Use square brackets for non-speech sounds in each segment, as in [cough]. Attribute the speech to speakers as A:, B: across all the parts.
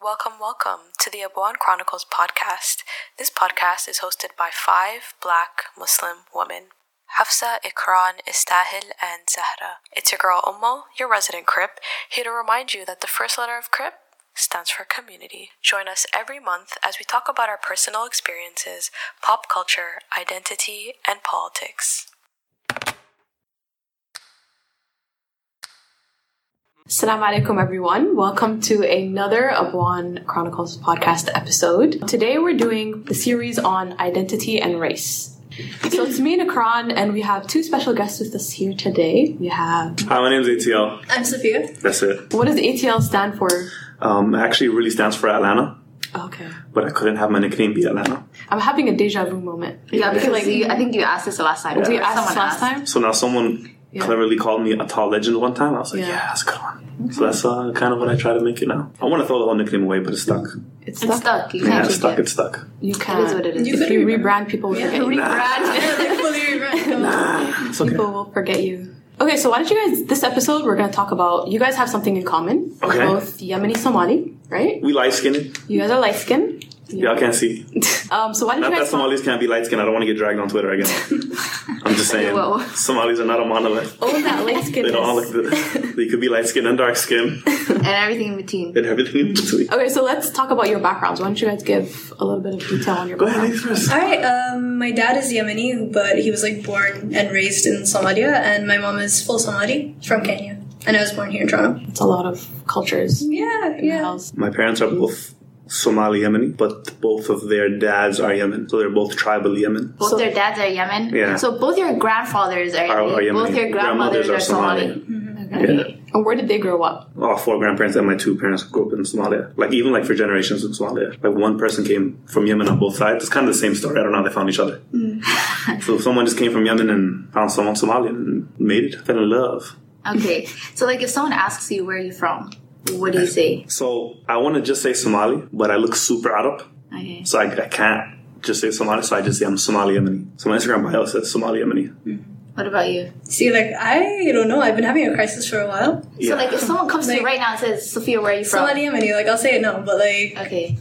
A: Welcome, welcome to the Abuan Chronicles podcast. This podcast is hosted by five black Muslim women Hafsa, Ikran, Istahil, and Zahra. It's your girl Ummo, your resident Crip, here to remind you that the first letter of Crip stands for community. Join us every month as we talk about our personal experiences, pop culture, identity, and politics. Assalamu alaikum, everyone. Welcome to another Abwan Chronicles podcast episode. Today we're doing the series on identity and race. So it's me and Akran, and we have two special guests with us here today. We have
B: Hi, my name's ATL.
C: I'm Sophia.
B: That's it.
A: what does ATL stand for?
B: Um, it actually really stands for Atlanta,
A: Okay,
B: but I couldn't have my nickname be Atlanta.
A: I'm having a deja vu moment.
C: Yeah, because
A: like-
C: you, I think you asked this the last time.
A: We
C: Or
A: asked
C: someone
A: last time.
B: So now someone
A: Yeah.
B: cleverly called me a tall legend one time. I was like,
A: Yeah.
B: yeah, that's a good one. So that's uh, kind of what I try to make it now. I want to throw the whole nickname away, but it's stuck.
A: It's
C: It's
A: stuck.
C: stuck. You
B: Yeah,
C: can't
B: it's
C: change
B: stuck.
C: it.
B: It's stuck.
A: You can.
C: It is what it is.
A: If you rebrand, people will forget you.
B: It's okay.
A: People will forget you. Okay, so why don't you guys? This episode, we're going to talk about. You guys have something in common. You're
B: Okay.
A: Both Yemeni Somali, right?
B: We light skinned.
A: You guys are light skinned
B: Y'all can't see.
A: Um, so why don't you
B: Not that
A: guys? talk-
B: Somalis can't be light skinned. I don't want to get dragged on Twitter again. I'm just saying.
C: Whoa.
B: Somalis are not a monolith.
A: own
B: [laughs]
A: that light
B: They
A: skinned.
B: don't all look the, They could be light skinned and dark skinned
C: [laughs] And everything in between.
B: and everything in between.
A: Okay, so let's talk about your backgrounds. Why don't you guys give a little bit of detail on your
B: Go ahead,
A: background?
B: ladies first.
D: All right. Um, my dad is Yemeni, but he was like born and raised in Somalia, and my mom is full Somali from Kenya, and I was born here in Toronto.
A: It's a lot of cultures. in
D: Yeah,
A: the
D: yeah.
A: house.
B: My parents are both Somali Yemeni, but both of their dads are Yemen, so they're both tribal Yemen.
C: Both
A: So-
C: their dads are Yemen.
B: Yeah.
C: So both your grandfathers are,
B: Are, are
C: Yemen.
B: Yemeni.
C: Both your grandmothers, are Somali.
B: Yeah.
A: And where did they grow up?
B: All four grandparents and my two parents grew up in Somalia. Like even like for generations in Somalia. Like one person came from Yemen on both sides. It's kind of the same story. I don't know how they found each other. so someone just came from Yemen and found someone Somalian and made it, fell in love.
C: Okay. So like if someone asks you where are you from, what do you say?
B: So I want to just say Somali, but I look super Arab,
C: Okay.
B: so I, I can't just say Somali. So I just say I'm Somali Yemeni. So my Instagram bio says Somali Yemeni.
C: What about you?
D: See, like I don't know. I've been having a crisis for a while.
B: Yeah.
C: So like if someone comes to you
D: Like-
C: right now and says, Sophia, where are you from?
D: Somali Yemeni, like I'll say it now, but like
C: Okay.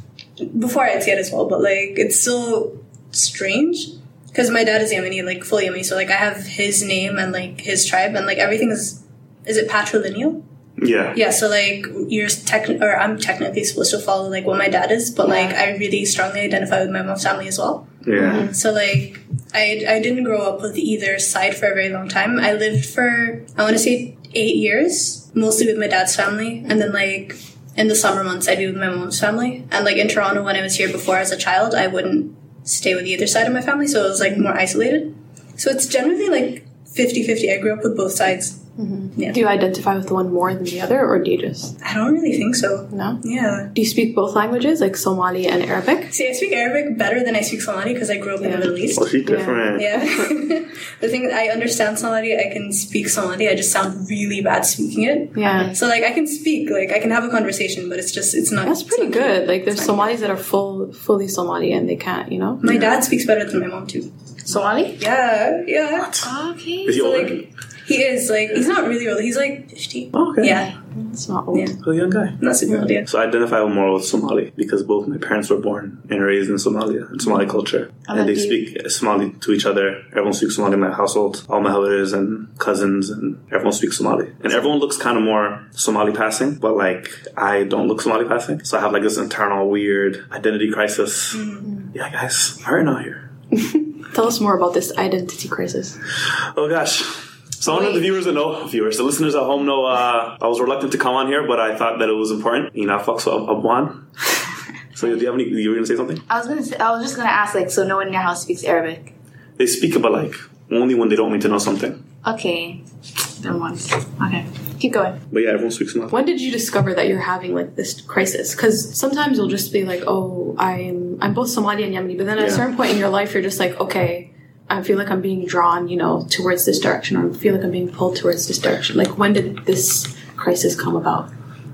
D: before I had said it as well, but like it's still strange because my dad is Yemeni, like full Yemeni, so like I have his name and like his tribe, and like everything is is it patrilineal?
B: yeah.
D: Yeah, so like you're tech, or I'm technically supposed to follow like what my dad is, but like I really strongly identify with my mom's family as well.
B: Yeah.
D: So like I I didn't grow up with either side for a very long time. I lived for I want to say eight years, mostly with my dad's family, and then like in the summer months I'd be with my mom's family, and like in Toronto when I was here before as a child, I wouldn't stay with either side of my family, so it was like more isolated. So it's generally like 50-50. I grew up with both sides.
A: Do you identify with one more than the other, or do you just
D: I don't really think so.
A: no?
D: Yeah.
A: Do you speak both languages, like Somali and Arabic?
D: See, I speak Arabic better than I speak Somali because I grew up in the Middle East.
B: Well, she's different.
D: Yeah. [laughs] the thing I understand Somali, I can speak Somali. I just sound really bad speaking it.
A: Yeah.
D: So like I can speak, like I can have a conversation, but it's just it's not.
A: That's pretty
D: it's not-
A: good. Like there's Somalis that are full, fully Somali and they can't, you know.
D: My dad speaks better than my mom too.
C: Somali?
D: Yeah, yeah.
C: Okay.
B: Is he
D: So
B: older?
D: like he is like he's not really old. He's like fifty.
B: Oh, okay.
D: Yeah,
A: It's not old.
D: Yeah.
B: So a young guy.
D: not super old yet.
B: So I identify more with Somali because both my parents were born and raised in Somalia
D: Mm-hmm.
B: and Somali culture.
C: about
B: And they
C: you?
B: speak Somali to each other. Everyone speaks Somali in my household. All my brothers and cousins and everyone speaks Somali. And everyone looks kind of more Somali passing, but like I don't look Somali passing. So I have like this internal weird identity crisis.
D: Mm-hmm.
B: Yeah, guys, I'm hurting out here.
A: Tell us more about this identity crisis.
B: Oh gosh. So I don't know if the viewers that know, viewers, the listeners at home know uh, I was reluctant to come on here, but I thought that it was important. You know, I fucks with Abwan. So do you have any, you were going to say something?
C: I was gonna say, I was just gonna ask like so no one in your house speaks Arabic.
B: They speak about like only when they don't need to know something.
C: Okay. Never mind. Okay. Keep going.
B: But yeah, everyone speaks Somali.
A: When did you discover that you're having like this crisis? Because sometimes you'll just be like, "Oh, I'm I'm both Somali and Yemeni," but then at a
B: Yeah.
A: certain point in your life, you're just like, "Okay, I feel like I'm being drawn, you know, towards this direction, or I feel like I'm being pulled towards this direction." Like, when did this crisis come about?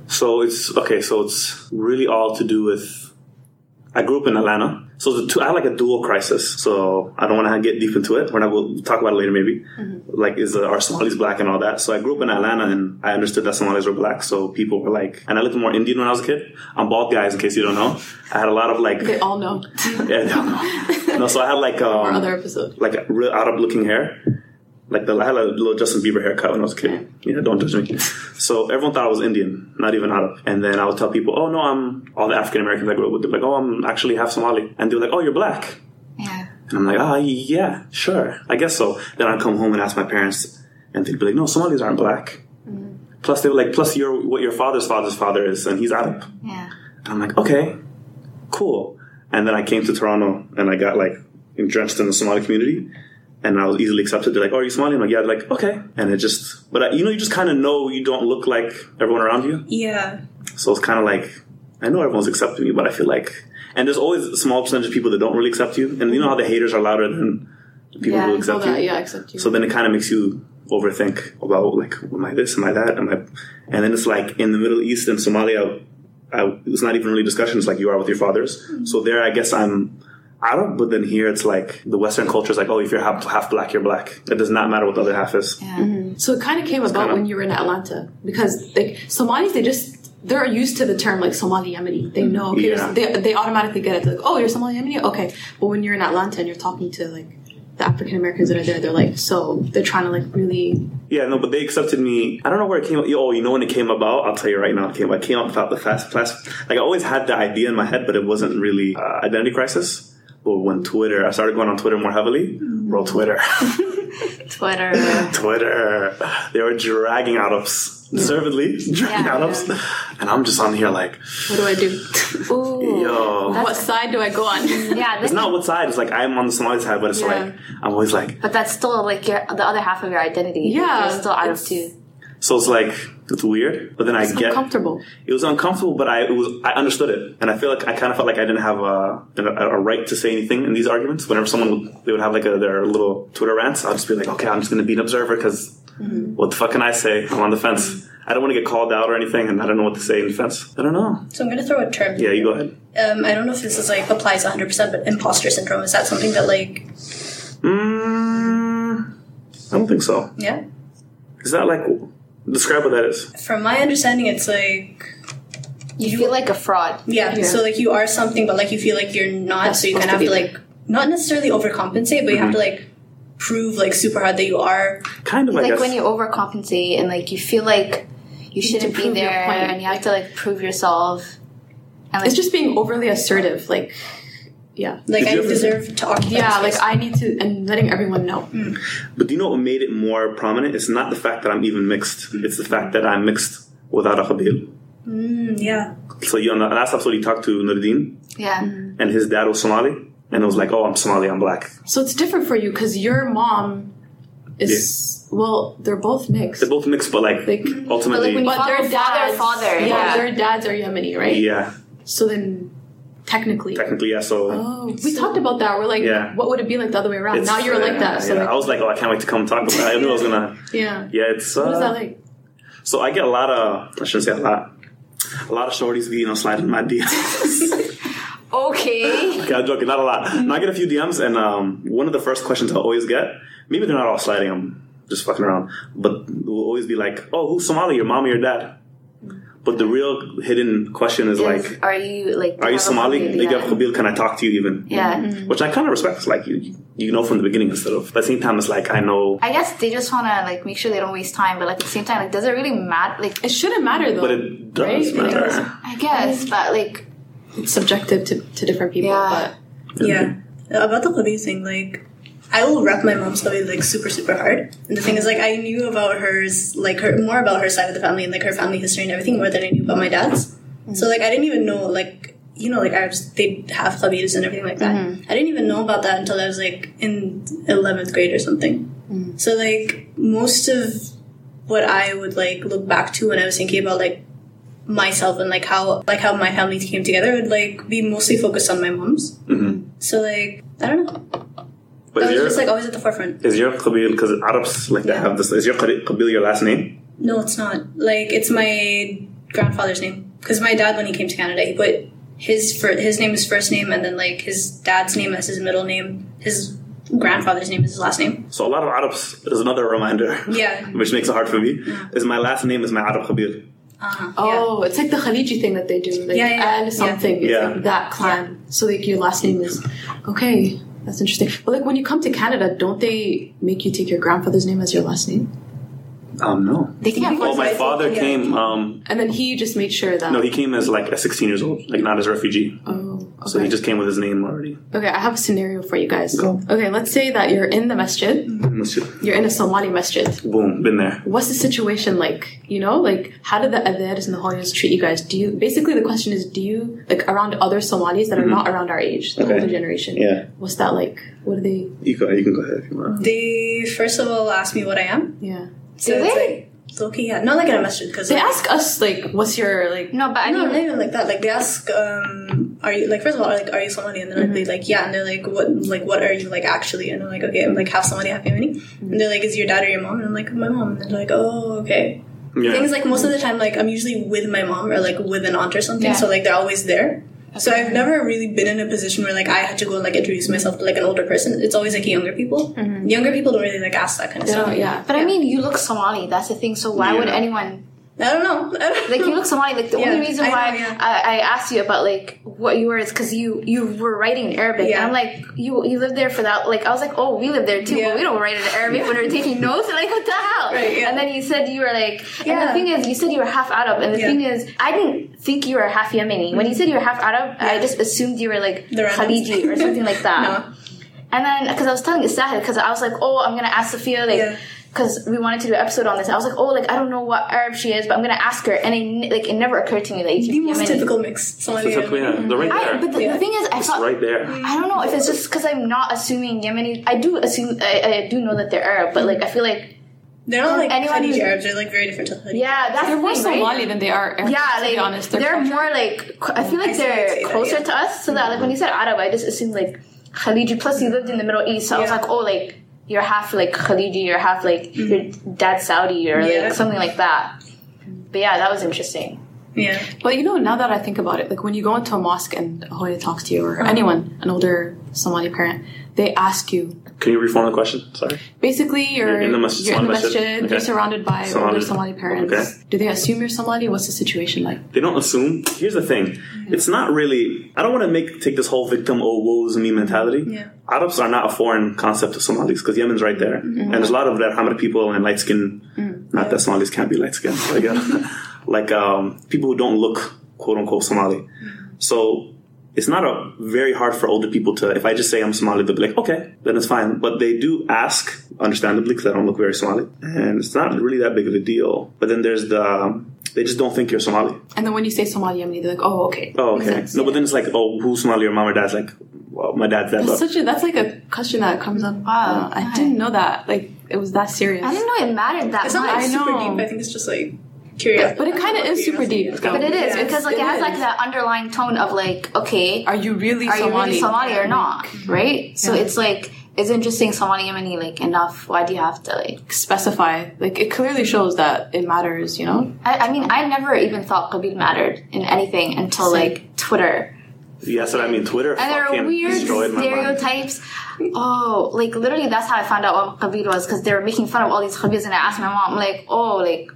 B: So it's okay. So it's really all to do with. I grew up in Atlanta, So the two, I had like a dual crisis. So I don't want to get deep into it. We're not. We'll talk about it later, maybe. Like, is uh, are Somalis black and all that? So I grew up in Atlanta, and I understood that Somalis were black. So people were like, and I looked more Indian when I was a kid. I'm bald, guys. In case you don't know, I had a lot of like,
E: They all
A: [laughs]
E: know.
B: [laughs] yeah, no, no. no. So I had like um,
E: Our other episode.
B: like real Arab looking hair. Like the, I had a little Justin Bieber haircut when I was a kid. Yeah, don't judge me. So everyone thought I was Indian, not even Arab. And then I would tell people, "Oh no, I'm all the African Americans I grew up with." They're like, "Oh, I'm actually half Somali," and they're like, "Oh, you're black."
C: Yeah.
B: And I'm like, "Ah, yeah, sure, I guess so." Then I'd come home and ask my parents, and they'd be like, "No, Somalis aren't black." Plus, they were like, "Plus, you're what your father's father's father is, and he's Arab."
C: Yeah.
B: And I'm like, okay, cool. And then I came to Toronto and I got like drenched in the Somali community and I was easily accepted. They're like, oh, are you Somali? I'm like, yeah, They're like, okay. And it just, but I, you know, you just kind of know you don't look like everyone around you.
D: Yeah.
B: So it's kind of like, I know everyone's accepting me, but I feel like, and there's always a small percentage of people that don't really accept you. And you know how the haters are louder than the people
C: Yeah,
B: who
C: I
B: accept you?
E: that, yeah, except you.
B: So then it kind of makes you overthink about like, am I this? Am I that? Am I? And then it's like in the Middle East and Somalia, I, it's not even really discussions like you are with your fathers. So there, I guess I'm Arab, but then here it's like the Western culture is like, oh, if you're half, half black, you're black. It does not matter what the other half is.
C: Yeah.
E: So it kind of came about
B: kinda-
E: when you were in Atlanta because like Somalis, they just they're used to the term like Somali Yemeni. They know okay,
B: Mm. Yeah.
E: they they automatically get it. They're like, oh, you're Somali Yemeni, okay. But when you're in Atlanta and you're talking to like the African Americans that are there, they're like so they're trying to like really
B: Yeah, no, but they accepted me. I don't know where it came. Oh, you know when it came about? I'll tell you right now. It came. I came up without the fast class. Like I always had the idea in my head, but it wasn't really uh, identity crisis. But when Twitter, I started going on Twitter more heavily. Bro, Twitter. [laughs]
C: Twitter.
B: Twitter. They were dragging out ups. Deservedly [laughs] dragging
C: Yeah,
B: out ups. And I'm just on here like,
E: what do I [laughs] do?
C: Ooh.
B: yo.
E: what side do I go on?
C: Yeah.
B: It's
C: This,
B: not what side. It's like I'm on the Somali side, but it's
E: Yeah.
B: like I'm always like.
C: but that's still like your the other half of your identity.
E: Yeah,
C: You're still out of
E: it's-
C: two.
B: So it's like it's weird, but then I
E: It's
B: get
E: uncomfortable.
B: it was uncomfortable, but I it was I understood it, and I feel like I kind of felt like I didn't have a, a, a right to say anything in these arguments. Whenever someone would, they would have like a, their little Twitter rants, I'll just be like, okay, I'm just going to be an observer because
E: Mm-hmm.
B: what the fuck can I say? I'm on the fence. I don't want to get called out or anything, and I don't know what to say in defense. I don't know.
D: So I'm gonna throw a term.
B: Yeah, you go ahead.
D: Um, I don't know if this is like applies 100, percent but imposter syndrome is that something that like
B: Mm, I don't think so.
D: yeah.
B: Is that like describe what that is?
D: From my understanding, it's like
C: You feel like a fraud.
D: yeah,
E: Yeah.
D: So like you are something, but like you feel like you're not.
E: That's
D: so you kind of have
E: supposed
D: to
E: to be Mm-hmm.
D: like not necessarily overcompensate, but you have to like prove like super hard that you are.
B: Kind of, I
C: Like
B: guess.
C: when you overcompensate and like you feel like you shouldn't be
E: prove your
C: there
E: point,
C: and you have to like prove yourself. And like,
E: It's just being overly assertive, like yeah,
D: Like
B: Did
D: I
B: you ever-
D: deserve to occupy.
E: yeah,
D: this
E: like
D: space.
E: I need to and letting everyone know.
B: But do you know what made it more prominent? It's not the fact that I'm even mixed. It's the fact that I'm mixed without a khabil.
D: Mm, yeah.
B: So you know, last episode you talked to Nurdin,
C: yeah.
B: and his dad was Somali, and it was like, oh, I'm Somali, I'm black.
E: So it's different for you because your mom is well, they're both mixed.
B: They're both mixed, but like
E: Like,
C: But
B: ultimately,
C: like when you
E: But
C: follow
E: their
C: father,
E: dads-
C: father.
E: yeah, their dads are Yemeni, right?
B: yeah,
E: So then, technically,
B: technically, yeah. So
E: oh, we talked about that. We're like,
B: Yeah.
E: what would it be like the other way around?
B: it's-
E: now you're like that. So
B: yeah,
E: like,
B: I was like, oh, I can't wait to come talk about. It. I knew I was gonna.
E: yeah.
B: Yeah, it's. Uh,
E: What is that like?
B: So I get a lot of, I shouldn't say a lot, a lot of shorties, you know, sliding my DMs.
C: Okay.
B: okay, I'm joking, not a lot. No, I get a few DMs, and um, one of the first questions I always get, maybe they're not all sliding, I'm just fucking around, but will always be like, oh, who's Somali, your mom or your dad? But the real hidden question is like,
C: are you like? do
B: are you
C: have a
B: Somali?
C: family?
B: Like, you have
C: Yeah.
B: Qabil, can I talk to you even? Mm.
C: Yeah.
E: Mm-hmm.
B: Which I kind of respect. It's like, you, you know from the beginning instead of, but at the same time, it's like, I know.
C: I guess they just want to like make sure they don't waste time, but like at the same time, like does it really matter? Like
E: It shouldn't matter though.
B: But it does
E: right?
B: matter.
C: I guess, but like
E: It's subjective to, to different people.
C: Yeah.
D: Yeah. Uh, About the Chloe thing, like, I will rep my mom's Chloe, like, super, super hard. And the thing is, like, I knew about hers, like, her more about her side of the family and, like, her family history and everything more than I knew about my dad's. So, like, I didn't even know, like, you know, like, Arabs, they have Chloe's and everything like that. I didn't even know about that until I was, like, in 11th grade or something. So, like, most of what I would, like, look back to when I was thinking about, like, myself and like how like how my family came together would like be mostly focused on my mom's
B: but hmm
D: so like I don't know.
B: But
D: I
B: is
D: was
B: your,
D: just like always at the forefront.
B: is your Qabil, because Arabs, like, they
D: Yeah.
B: have this, is your Qabil your last name?
D: No, it's not. Like it's my grandfather's name because my dad when he came to Canada he put his for his name is first name, and then like his dad's name as his middle name. His grandfather's name is his last name.
B: So a lot of Arabs is another reminder, [laughs]
D: Yeah.
B: which makes it hard for me. Is my last name is my Arab Khabir.
D: Uh-huh.
E: Oh, it's like the Khaliji thing that they do, like
D: Yeah, yeah,
E: Al something. It's
B: yeah.
E: like that clan. So like your last name is okay. That's interesting. But like when you come to Canada, don't they make you take your grandfather's name as your last name?
B: Um, no.
C: They can have
B: Well, my
D: I think,
B: father
D: yeah.
B: came. Um,
E: And then he just made sure that.
B: no, he came as like a 16 years old, like not as a refugee.
E: oh, okay.
B: So he just came with his name already.
E: okay, I have a scenario for you guys.
B: Go.
E: Okay, let's say that you're in the masjid. You're in a Somali masjid.
B: Boom, been there.
E: what's the situation like? You know, like how do the adhairs and the hoyas treat you guys? Do you basically the question is do you like around other Somalis that are not around our age, the
B: Mm-hmm. Okay.
E: older generation?
B: Yeah.
E: What's that like? What do they
B: You go. You can go ahead if you want.
D: They first of all ask me what I am.
E: yeah.
D: So
C: Do
D: it's
C: they?
D: like Loki, yeah, not like in a message because
E: They ask us like what's your like
C: No, but I
D: no,
C: mean,
D: not even like that. Like they ask, um, are you like first of all, like are you Somali? And then like, they
C: Mm-hmm.
D: like yeah, and they're like what like what are you like actually? And I'm like okay, I'm like half Somali, half Yemeni.
C: Mm-hmm.
D: And they're like, is your dad or your mom? And I'm like my mom. And they're like oh okay.
B: Yeah.
D: Things like most of the time, like I'm usually with my mom or like with an aunt or something.
C: Yeah.
D: So like they're always there. So I've never really been in a position where like I had to go and like introduce myself to like an older person. It's always like younger people.
C: Mm-hmm.
D: Younger people don't really like ask that kind of
E: they
D: stuff.
E: don't- yeah.
C: but I mean, you look Somali. That's the thing. So why would
B: Yeah.
C: anyone
D: I don't know. [laughs] I don't
C: like
D: know.
C: you look Somali? Like the
D: Yeah,
C: only reason
D: I know,
C: why
D: yeah.
C: I, I asked you about like what you were is because you you were writing in Arabic,
D: Yeah.
C: and I'm like you you live there for that. Like I was like, oh, we live there too,
D: Yeah.
C: but we don't write in Arabic when we're taking notes. like what the hell?
D: Right, yeah.
C: And then you said you were like, and
D: Yeah.
C: the thing is, you said you were half Arab, and the
D: Yeah.
C: thing is, I didn't think you were half Yemeni. When you said you were half Arab, I just assumed you were like
D: The randoms.
C: Khaliji or something like that.
D: [laughs] No.
C: And then, because I was telling Sahil, because I was like, oh, I'm gonna ask Sophia,
D: Yeah.
C: like, because we wanted to do an episode on this. I was like, oh, like I don't know what Arab she is, but I'm gonna ask her. And it, like, it never occurred to me that you
D: the
C: could be
D: most
C: Yemeni.
D: typical mix. Somali.
B: It's up- yeah, they're right there.
C: I, but the,
D: Yeah.
C: the thing is, I
B: it's
C: thought
B: right there.
C: I don't know if it's just because I'm not assuming Yemeni. I do assume I, I do know that they're Arab, but like I feel like
D: They're not
C: Um,
D: like
C: anyone
D: Khaliji
C: who-
D: Arabs. They're like very different to Khaliji.
C: yeah, that's
E: they're
C: the
E: more
C: thing,
E: Somali
C: right?
E: than they are Arabs,
C: Yeah,
E: to
C: like
E: be honest.
C: they're,
E: culture-
C: more like co- I feel like
D: I see, I see
C: they're
D: that,
C: closer
D: yeah.
C: to us, so that like when you said Arab, I just assumed like Khaliji. Plus, you lived in the Middle East, so I was
D: Yeah.
C: like, oh, like you're half like Khaliji, you're half like your dad's Saudi or
D: Yeah.
C: like something like that. But yeah, that was interesting.
D: Yeah.
E: But you know, now that I think about it, like when you go into a mosque and a Hoya talks to you or anyone, an older Somali parent, they ask you
B: Can you reform the question? Sorry.
E: Basically, you're,
B: You're in the masjid,
E: you're in the
B: Somali masjid.
E: masjid, you're
B: Okay.
E: surrounded by
B: Somali.
E: older Somali parents.
B: Okay.
E: Do they assume you're Somali? What's the situation like?
B: They don't assume. Here's the thing. It's not really. I don't want to make take this whole victim oh woes me mentality.
D: Yeah.
B: Arabs are not a foreign concept to Somalis because Yemen's right there, and there's a lot of that Hamad people and light skin. Not that Somalis can't be light skinned. Like, uh, [laughs] like um, people who don't look quote unquote Somali. So it's not a very hard for older people to. If I just say I'm Somali, they'll be like, okay, then it's fine. But they do ask, understandably, because I don't look very Somali, and it's not really that big of a deal. But then there's the they just don't think you're Somali.
E: And then when you say Somali Yemeni, they're like, oh, okay.
B: Oh,
E: Makes
B: okay.
E: sense.
B: No, but then it's like, oh, who's Somali? Your mom or dad's like, well, my dad's that.
E: That's
B: But
E: such a that's like a question that comes up.
C: Wow.
E: Uh, I didn't know that. Like it was that serious.
C: I didn't know it mattered that
D: It's
C: much.
D: not like
E: I know.
D: super deep. I think it's just like curious.
E: But it kind of is super deep. though.
C: But it is
D: Yeah.
C: because like it,
E: It
C: has like
E: is.
C: that underlying tone of like, okay,
E: Are you really
C: are
E: Somali? Mm-hmm.
C: you really Somali or not? Right? So
E: Yeah.
C: it's like, isn't just saying Somali Yemeni like enough? Why do you have to like?
E: Specify. Like it clearly shows that it matters. You know.
C: I, I mean, I never even thought Khabib mattered in anything until like Twitter.
B: yeah, that's what I mean. Twitter
C: And there are
B: fucking
C: weird
B: destroyed my mind.
C: stereotypes. Oh, like literally, that's how I found out what Khabib was because they were making fun of all these Khabibs, and I asked my mom, like, oh, like,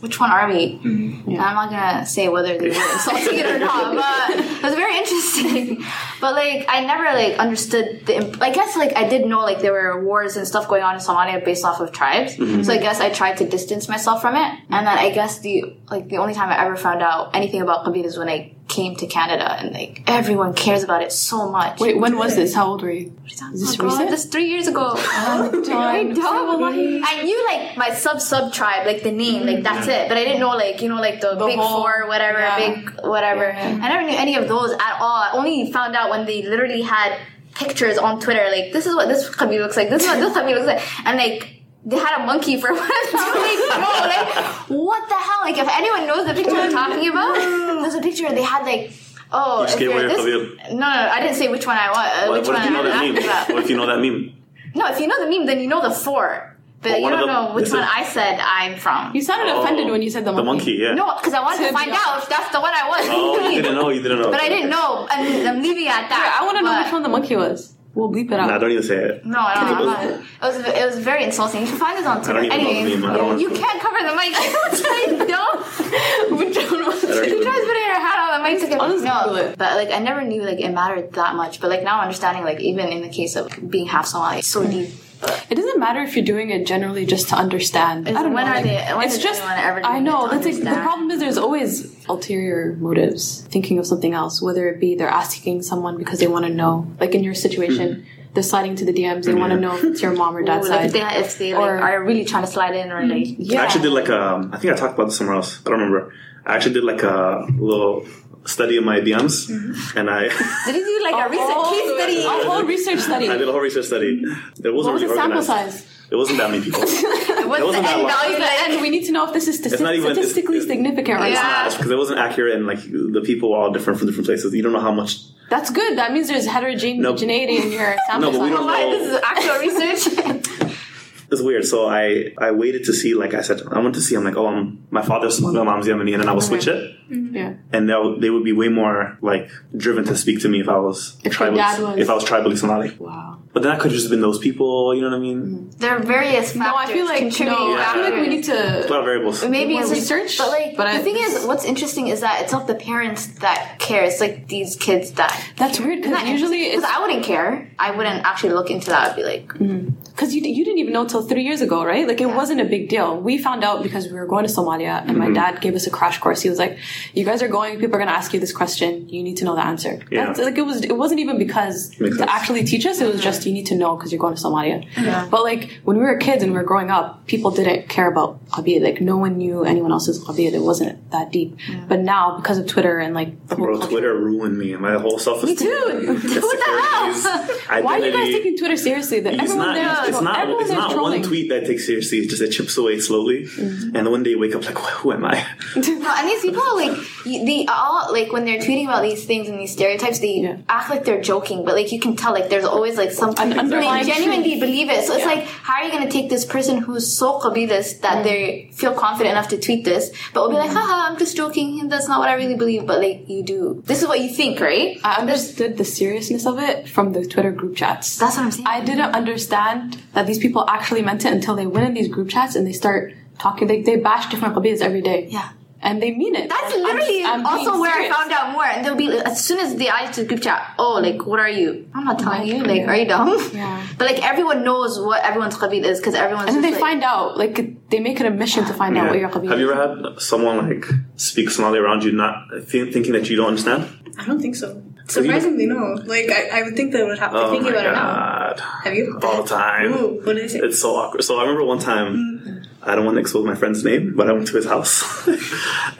C: which one are we? And I'm not gonna say whether they were insulting it or not, but it was very interesting. But like, I never like understood the. Imp- I guess like I did know like there were wars and stuff going on in Somalia based off of tribes,
E: Mm-hmm.
C: so I guess I tried to distance myself from it. And then I guess the like the only time I ever found out anything about Kabila is when I came to Canada, and like everyone cares about it so much.
E: Wait, when was this? How old were you?
C: is
E: this recent?
C: [laughs]
E: Oh.
C: This three years
E: [laughs]
C: ago. I don't. I knew like my sub sub tribe, like the name, like that's it. But I didn't know like you know like the, big
E: whole-
C: four, whatever,
E: yeah.
C: big whatever. I never knew any of those at all. I only found out when they literally had pictures on Twitter, like this is what this cubby looks like, this is what this cubby looks like, and like. They had a monkey for [laughs] one
E: [laughs]
C: of them. I'm Like, bro, like, what the hell? Like, if anyone knows the picture
E: [laughs]
C: I'm talking about, there's a picture they had, like, oh,
B: just
C: if
B: gave
C: you're
B: away your
C: this- no, no, no, I didn't say which one I was. Uh,
B: What,
C: which
B: what
C: one
B: if you know
C: I was
B: that
C: asking
B: meme?
C: about.
B: What if you know that meme?
C: No, if you know the meme, then you know the four. But
B: Well,
C: you
B: one of
C: don't
B: them-
C: know which
B: this
C: one
B: is-
C: I said I'm
E: [laughs]
C: from.
E: You sounded offended
B: Oh,
E: when you said the
B: The monkey,
E: monkey.
B: yeah.
C: No, because I wanted
E: To
C: to
E: be
C: find
E: honest.
C: out if that's the one I was.
B: Oh, you didn't know. You didn't know.
C: [laughs] But I didn't know. I'm, I'm leaving it at
E: Yeah,
C: that.
E: I want to know
C: But-
E: which one the monkey was. We'll bleep it out.
B: Nah, don't even say it.
C: No, I don't. I'm not. It was it was very insulting. You can find this on Twitter.
B: even know the
C: Anyways,
B: name. I don't wanna-
C: you can't cover the mic. [laughs] I
E: [laughs]
C: don't.
E: Which one was
B: I don't
E: it?
C: She
B: even-
C: tries putting her hat on the mic to get
E: I'll just Google
C: no.
E: it.
C: But like I never knew like it mattered that much. But like now I'm understanding like even in the case of being half Somali, it's so deep.
E: It doesn't matter if you're doing it generally just to understand.
C: It's
E: I don't
C: when
E: know.
C: are
E: like,
C: they- when
E: it's
C: did
E: just
C: anyone ever do
E: I
C: it
E: know.
C: to
E: That's like, the
C: understand?
E: problem is there's always ulterior motives thinking of something else, whether it be they're asking someone because they want to know. Like in your situation,
B: Hmm.
E: they're sliding to the DMs. They want to know if it's your mom or
C: Ooh,
E: dad's
C: like
E: side.
C: if they, if they like,
E: Or- Mm.
C: are really trying to slide in or like
E: yeah.
B: I actually did like um, I think I talked about this somewhere else. I don't remember. I actually did like a little study of my DMs, and [laughs] I
C: Mm-hmm. did you do like a recent case study?
E: A whole research study.
B: I did
E: What
B: a whole research study. It wasn't
E: was
B: really
E: the sample
B: organized.
E: size?
B: It wasn't that many
C: [laughs]
B: people. it's
C: [laughs] What's the
B: wasn't that
C: end
B: long.
C: value?
E: At the [laughs]
C: Like,
E: end, we need to know if this is stati-
B: not even- it's-
E: statistically
B: it's-
E: significant or
C: Yeah.
E: not.
B: because it wasn't accurate, and like the people were all different from different places. You don't know how much.
E: That's good. That means there's heterogeneity in your
B: No,
E: sample
B: but we
E: size.
B: don't
C: why,
B: know.
C: this
E: [laughs]
C: is actual research.
B: It's weird. So I I waited to see. Like I said, I wanted to see. I'm like, oh, I'm, my father's Somali, my mom's Yemeni, and then I will switch
E: Uh-huh.
B: it.
E: Yeah.
B: and they'll, they would be way more like driven to speak to me if I was
E: If your
B: tribally,
E: dad was-
B: if I was tribally Somali.
E: Wow.
B: But then I could have just been those people. You know what I
E: Mm-hmm.
B: mean?
C: there are various
E: No,
C: factors.
E: I feel like
C: contributing
E: no. I feel like we
C: factors.
E: need to
B: A lot of variables.
C: maybe
E: more
C: it's just-
E: research,
C: but like
E: but
C: the
E: I-
C: thing is what's interesting is that it's not the parents that care it's like these kids that
E: That's weird because usually
C: because
E: it's
C: i wouldn't care i wouldn't actually look into that i'd be like
E: because you, you didn't even know till three years ago, right? Like it wasn't a big deal. We found out because we were going to Somalia, and
B: Mm-hmm.
E: my dad gave us a crash course. He was like, "You guys are going. People are going to ask you this question. You need to know the answer."
B: Yeah.
E: That's, like it was. It wasn't even because
B: Makes
E: to
B: sense.
E: actually teach us. It was just you need to know because you're going to Somalia. But like when we were kids and we were growing up, people didn't care about Abid. Like no one knew anyone else's Abid. It wasn't that deep. But now because of Twitter and like the whole
B: Bro,
E: culture-
B: Twitter ruined me. My whole self esteem.
E: Dude, [laughs] who [laughs] Why are you guys taking Twitter seriously? That
B: It's
E: everyone
B: not.
E: there,
B: it's not.
E: everyone
B: It's
E: there's
B: not
E: trolling. Mm-hmm.
B: one tweet that takes seriously. It's just it chips away slowly, and one day you wake up like, who am I?
C: [laughs] No, and these people like you- they all like when they're tweeting about these things and these stereotypes, they
E: Yeah.
C: act like they're joking, but like you can tell like there's always like some
E: An underlying
C: they genuinely
E: truth.
C: believe it. So it's like how are you gonna take this person who's so qabilas that they feel confident enough to tweet this, but will be like, haha, I'm just joking, that's not what I really believe, but like you do. This is what you think, right?
E: I understood the seriousness of it from the Twitter group chats.
C: That's what I'm saying.
E: I didn't understand that these people actually meant it until they went in these group chats and they start talking. They, they bash different qabilas every day.
C: Yeah.
E: And they mean it.
C: That's
E: I'm-
C: literally
E: I'm being
C: also where
E: serious.
C: I found out more. And they'll be as soon as they add it to the group chat, oh, like what are you? I'm not telling you. Like, are you dumb?
E: Yeah.
C: [laughs] But like everyone knows what everyone's qabil is because everyone's.
E: And then
C: just,
E: they
C: like,
E: find out, like, they make it a mission to find out what your
B: Yeah.
E: qabila
B: Have you
E: is.
B: ever had someone like speak Somali around you, not thi- thinking that you don't understand?
D: I don't think so. Surprisingly, no. Like I, I would think that would happen.
B: Oh
D: thinking
B: my
D: about it now.
B: god!
D: Have you?
B: All the time.
D: Ooh, Mm-hmm. what did I say?
B: It's so awkward. So I remember one time, I don't want to expose my friend's name, but I went to his house, [laughs]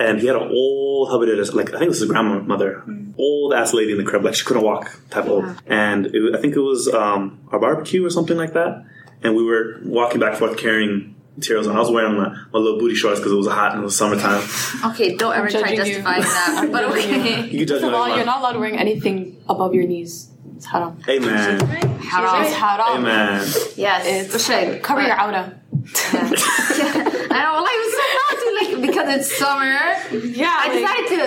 B: and he had an old hubbarditis, like I think it was his grandmother,
D: Mm-hmm.
B: old ass lady in the crib, like she couldn't walk, type old. And it, I think it was um, a barbecue or something like that, and we were walking back and forth carrying materials, and I was wearing my, my little booty shorts because it was hot and it was summertime.
C: Okay, don't ever try
E: judging you.
C: justifying
E: [laughs]
C: that. But okay.
B: You can judge
E: First
B: me all
E: of all,
B: you
E: you're
B: want.
E: not allowed to wear anything above your knees. It's haram.
B: Hey man,
E: It's haram.
B: hey man.
C: Yes.
E: It's-
C: Shag.
E: Cover your
C: [laughs] But-
E: outer.
C: Yeah. Yeah. I know. Like, it's so hard to like because it's summer.
E: Yeah.
C: I
E: like-
C: decided to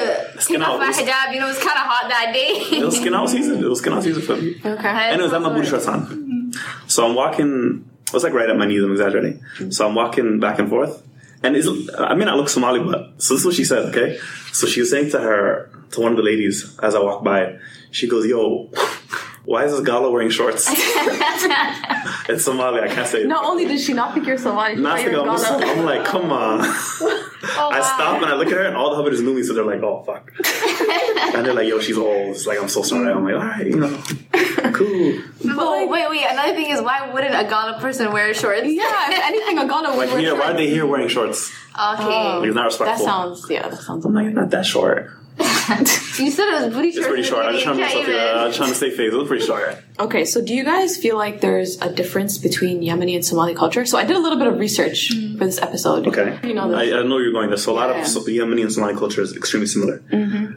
B: Skin
C: take off
B: out.
C: my hijab. You know, it's kind of hot that
B: It
C: day.
B: was skin out season. It was skin out season for me.
E: Okay.
C: [laughs]
B: Anyways, I'm a booty shorts on. So I'm walking. It was like right at my knees. I'm exaggerating. So I'm walking back and forth, and it's, I may not look Somali, but so this is what she said. Okay, so she was saying to her to one of the ladies as I walk by, she goes, "Yo, why is this gala wearing shorts?" it's Somali. I can't say. it.
E: Not only did she not think you're Somali, she
B: And I
E: thought
B: think
E: you were
B: I'm,
E: Ghana.
B: Muslim. I'm like, come on. I stop and I look at her, and all the hubbarders knew me, so they're like, oh,
E: [laughs]
B: fuck. and they're like, yo, she's old. It's like, I'm so sorry. I'm like, all right, you
E: [laughs]
B: know, cool.
C: Oh wait, wait. Another thing is, why wouldn't a Ghana person wear shorts?
E: [laughs] Yeah, if anything, a Ghana would
B: Like
E: wear
B: here, why are
E: shorts.
B: they here wearing shorts?
C: Okay.
E: Oh.
B: Like, it's not
E: That
B: respectful.
E: sounds, yeah, that sounds.
B: I'm like, it's not that short.
C: You said it was booty
B: It's
C: shorts.
B: pretty
C: in the
B: short. I just trying to
C: beginning.
B: make myself feel.
C: Can't
B: I
C: even.
B: was trying to stay phased. It was pretty short.
E: Okay, so do you guys feel like there's a difference between Yemeni and Somali culture? So I did a little bit of research
D: Mm.
E: for this episode.
B: Okay.
E: You know
B: I,
E: this.
B: I know where you're going. There's so a lot
E: Yeah. Mm-hmm.
B: of so, Yemeni and Somali culture is extremely similar.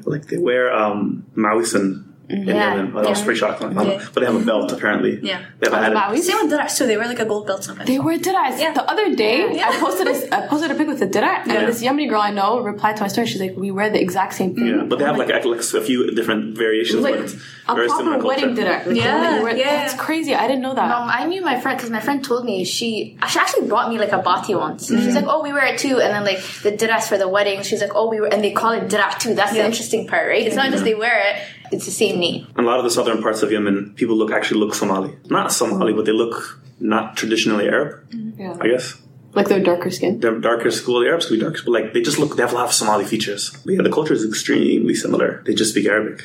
B: Like they wear um, mawisan in Yemen. Like, I was pretty shocked. Like, I don't- But they have a belt apparently.
D: Yeah.
B: They have an
E: Wow,
B: added.
E: we-
D: Same with Didash too. They wear like a gold belt sometimes.
E: They were didats.
D: Yeah.
E: The other day,
D: Yeah.
E: I posted a, I posted a pic with the didat, and
B: Yeah.
E: this Yemeni girl I know replied to my story. She's like, "We wear the exact same thing."
B: Yeah, but they have like, act- like a few different variations.
E: Oh Like
B: but it's
E: a
B: very similar
E: proper
B: culture.
E: wedding didat. Like,
D: Yeah,
E: like, you wear-
D: yeah.
E: That's crazy. I didn't know
B: uh,
E: that.
C: Um, I knew my friend because my friend told me she she actually brought me like a bati once.
B: Mm.
C: She's like, oh, we wear it too, and then like the diras for the wedding. She's like, oh, we were, and they call it diras too. That's the interesting part, right? It's not just they wear it; it's the same name.
B: In a lot of the southern parts of Yemen, people look actually look Somali. Not Somali, but they look not traditionally Arab.
E: Yeah.
D: Mm-hmm.
B: I guess
E: Like they're darker skinned.
B: they're darker. School the Arabs could be darker, but like they just look. They have a lot of Somali features. But yeah, the culture is extremely similar. They just speak Arabic.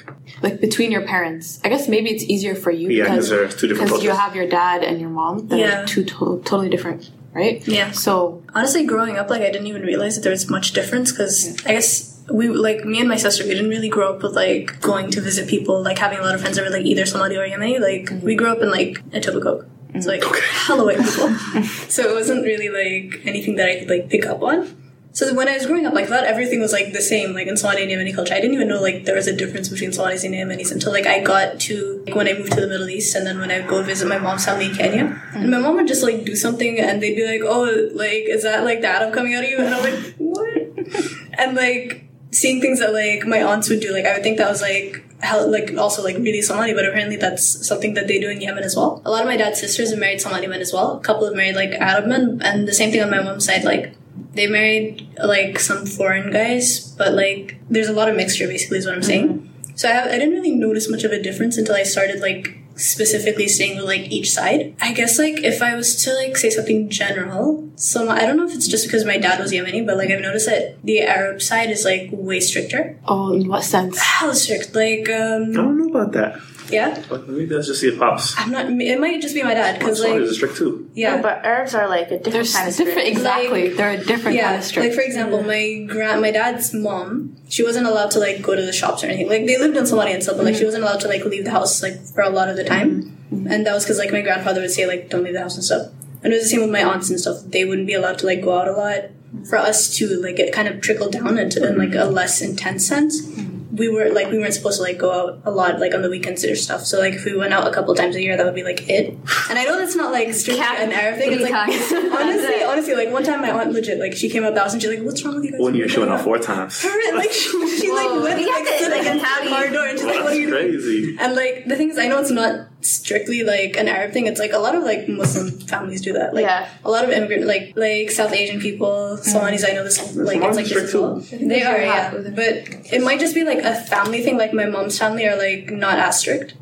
E: Like between your parents. I guess maybe it's easier for you
B: Yeah,
E: because
B: because they're two different
E: because
B: cultures.
E: you have your dad and your mom. They're
D: Yeah.
E: two to- totally different, right?
D: Yeah.
E: So
D: Honestly, growing up, like I didn't even realize that there was much difference because I guess we like me and my sister we didn't really grow up with like going to visit people like having a lot of friends that were like either Somali or Yemeni. Like we grew up in like Etobicoke. It's like hella white people, [laughs] so it wasn't really like anything that I could like pick up on. So when I was growing up, like I thought everything was like the same, like in Somali and Yemeni culture. I didn't even know like there was a difference between Somalis and Yemenis until like I got to like when I moved to the Middle East and then when I would go visit my mom's family in Kenya. And my mom would just like do something and they'd be like, Oh, like is that like the Arab coming out of you? And I'm like, What? and like seeing things that like my aunts would do, like I would think that was like how like also like really Somali, but apparently that's something that they do in Yemen as well. A lot of my dad's sisters have married Somali men as well. A couple have married like Arab men, and the same thing on my mom's side, like they married like some foreign guys, but like there's a lot of mixture basically is what I'm saying. So I, have, I didn't really notice much of a difference until I started like specifically staying with like each side. I guess like if I was to like say something general, so I don't know if it's just because my dad was Yemeni, but like I've noticed that the Arab side is like way stricter.
E: oh in what sense?
D: Hell strict. Like
B: I
D: um
B: don't know about that.
D: yeah,
B: But maybe that's just the pops.
D: I'm not. It might just be my dad because
B: Somali is
D: like
B: a strict too.
D: yeah.
C: but Arabs are like a different
E: They're s- different exactly. they're a different
D: yeah,
E: kind of strict.
D: like for example, my grand, my dad's mom, she wasn't allowed to like go to the shops or anything. Like they lived in Somalia and stuff, but like
E: Mm-hmm.
D: she wasn't allowed to like leave the house like for a lot of the time, and that was because like my grandfather would say like don't leave the house and stuff. And it was the same with my aunts and stuff; they wouldn't be allowed to like go out a lot. For us too, like it kind of trickled down into in like a less intense sense.
C: Mm-hmm.
D: We were like we weren't supposed to like go out a lot like on the weekends or stuff. So like if we went out a couple times a year, that would be like it. And I know that's not like strictly
C: Cap-
D: an Arab thing. It's
C: three
D: like
C: times.
D: [laughs] honestly, honestly, like one time my aunt legit like she came up the house and she's like, "What's wrong with you guys?"
B: One year she went out four times.
D: [laughs] Like she, she like
C: Whoa.
D: went
C: You
D: like
C: have to,
D: stood
C: like,
D: against
C: tally.
D: the car door and she's like, "What
B: That's
D: are you doing?"
B: crazy.
D: And like the thing is, I know it's not strictly like an Arab thing. It's like a lot of like Muslim families do that. Like
C: Yeah.
D: a lot of immigrant, like like South Asian people, Somalis. I know this. Like it's
B: Somalis
D: like
B: strict
D: this as well. They are, yeah. But it might just be like a family thing. Like my mom's family are like not as strict,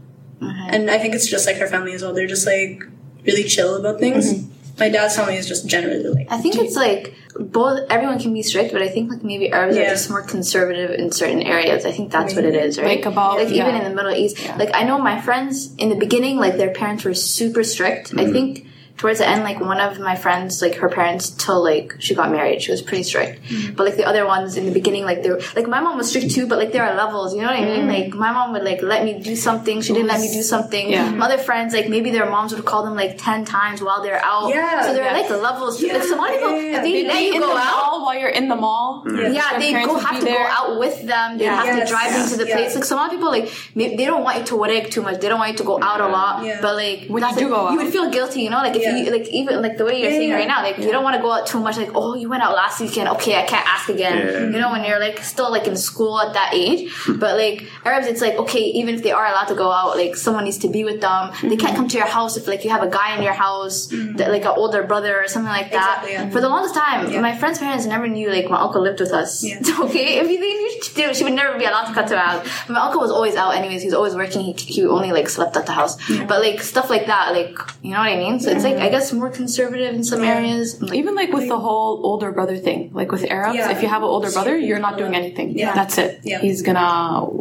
D: and I think it's just like her family as well. They're just like really chill about things. My dad's family is just generally like
C: I think it's like both. Everyone can be strict, but I think like maybe Arabs
D: Yeah.
C: are just more conservative in certain areas. I think that's what it is, right?
E: Like about-
C: like even
E: yeah.
C: in the Middle East. Like I know my friends in the beginning, like their parents were super strict. I think towards the end, like one of my friends, like her parents till like she got married, she was pretty strict.
E: Mm-hmm.
C: But like the other ones in the beginning, like they were like my mom was strict too, but like there are levels. You know what I mean?
E: Mm-hmm.
C: Like my mom would like let me do something, she didn't let me do something.
E: Yeah.
C: My other friends, like maybe their moms would call them like ten times while they're out.
D: Yeah,
C: so there are
E: yeah.
C: like levels.
D: Yeah,
C: Like Somali people,
D: yeah, yeah,
C: if
D: yeah.
C: they
E: They'd
C: let
E: be
C: you
E: in
C: go
E: the
C: out.
E: mall while you're in the mall.
C: Yeah,
E: Their
C: they
E: parents
C: go
E: would
C: have
E: be
C: to go
E: there.
C: out with them. They
E: Yeah.
C: have
D: Yes,
C: to drive them to the
D: yeah.
C: place. Like some other people, like may- they don't want you to work too much. They don't want you to go out a lot.
D: Yeah.
C: But like
E: When you
C: that's
E: do
C: it.
E: go out.
C: you would feel guilty, you know. Like if
D: Yeah.
C: you like even like the way you're
D: Yeah,
C: saying
D: yeah.
C: right now, like you don't want to go out too much. Like oh, you went out last weekend. Okay, I can't ask again.
B: Yeah.
C: You know, when you're like still like in school at that age. but like Arabs, it's like okay, even if they are allowed to go out, like someone needs to be with them. They can't come to your house if like you have a guy in your house, that, like an older brother or something like that.
D: Exactly, yeah.
C: For the longest time,
D: Yeah.
C: my friend's parents never knew like my uncle lived with us.
D: Yeah.
C: [laughs] Okay, if they knew she did, she would never be allowed to cut her out. My uncle was always out, anyways. He was always working. He, he only like slept at the house. But like stuff like that, like you know what I mean. So it's like I guess more conservative in some areas. Like,
E: Even like with the whole older brother thing, like with Arabs,
D: Yeah.
E: if you have an older brother, you're not doing anything.
D: Yeah.
E: That's it.
D: Yeah.
E: He's gonna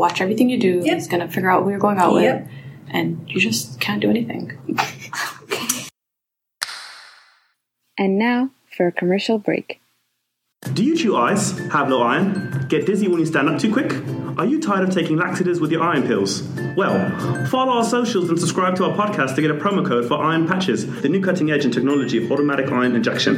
E: watch everything you do.
D: Yep.
E: He's gonna figure out who you're going out
D: Yep.
E: with, and you just can't do anything.
F: And now for a commercial break.
B: Do you chew ice, have no iron, get dizzy when you stand up too quick? Are you tired of taking laxatives with your iron pills? Well, follow our socials and subscribe to our podcast to get a promo code for Iron Patches, the new cutting edge in technology of automatic iron injection.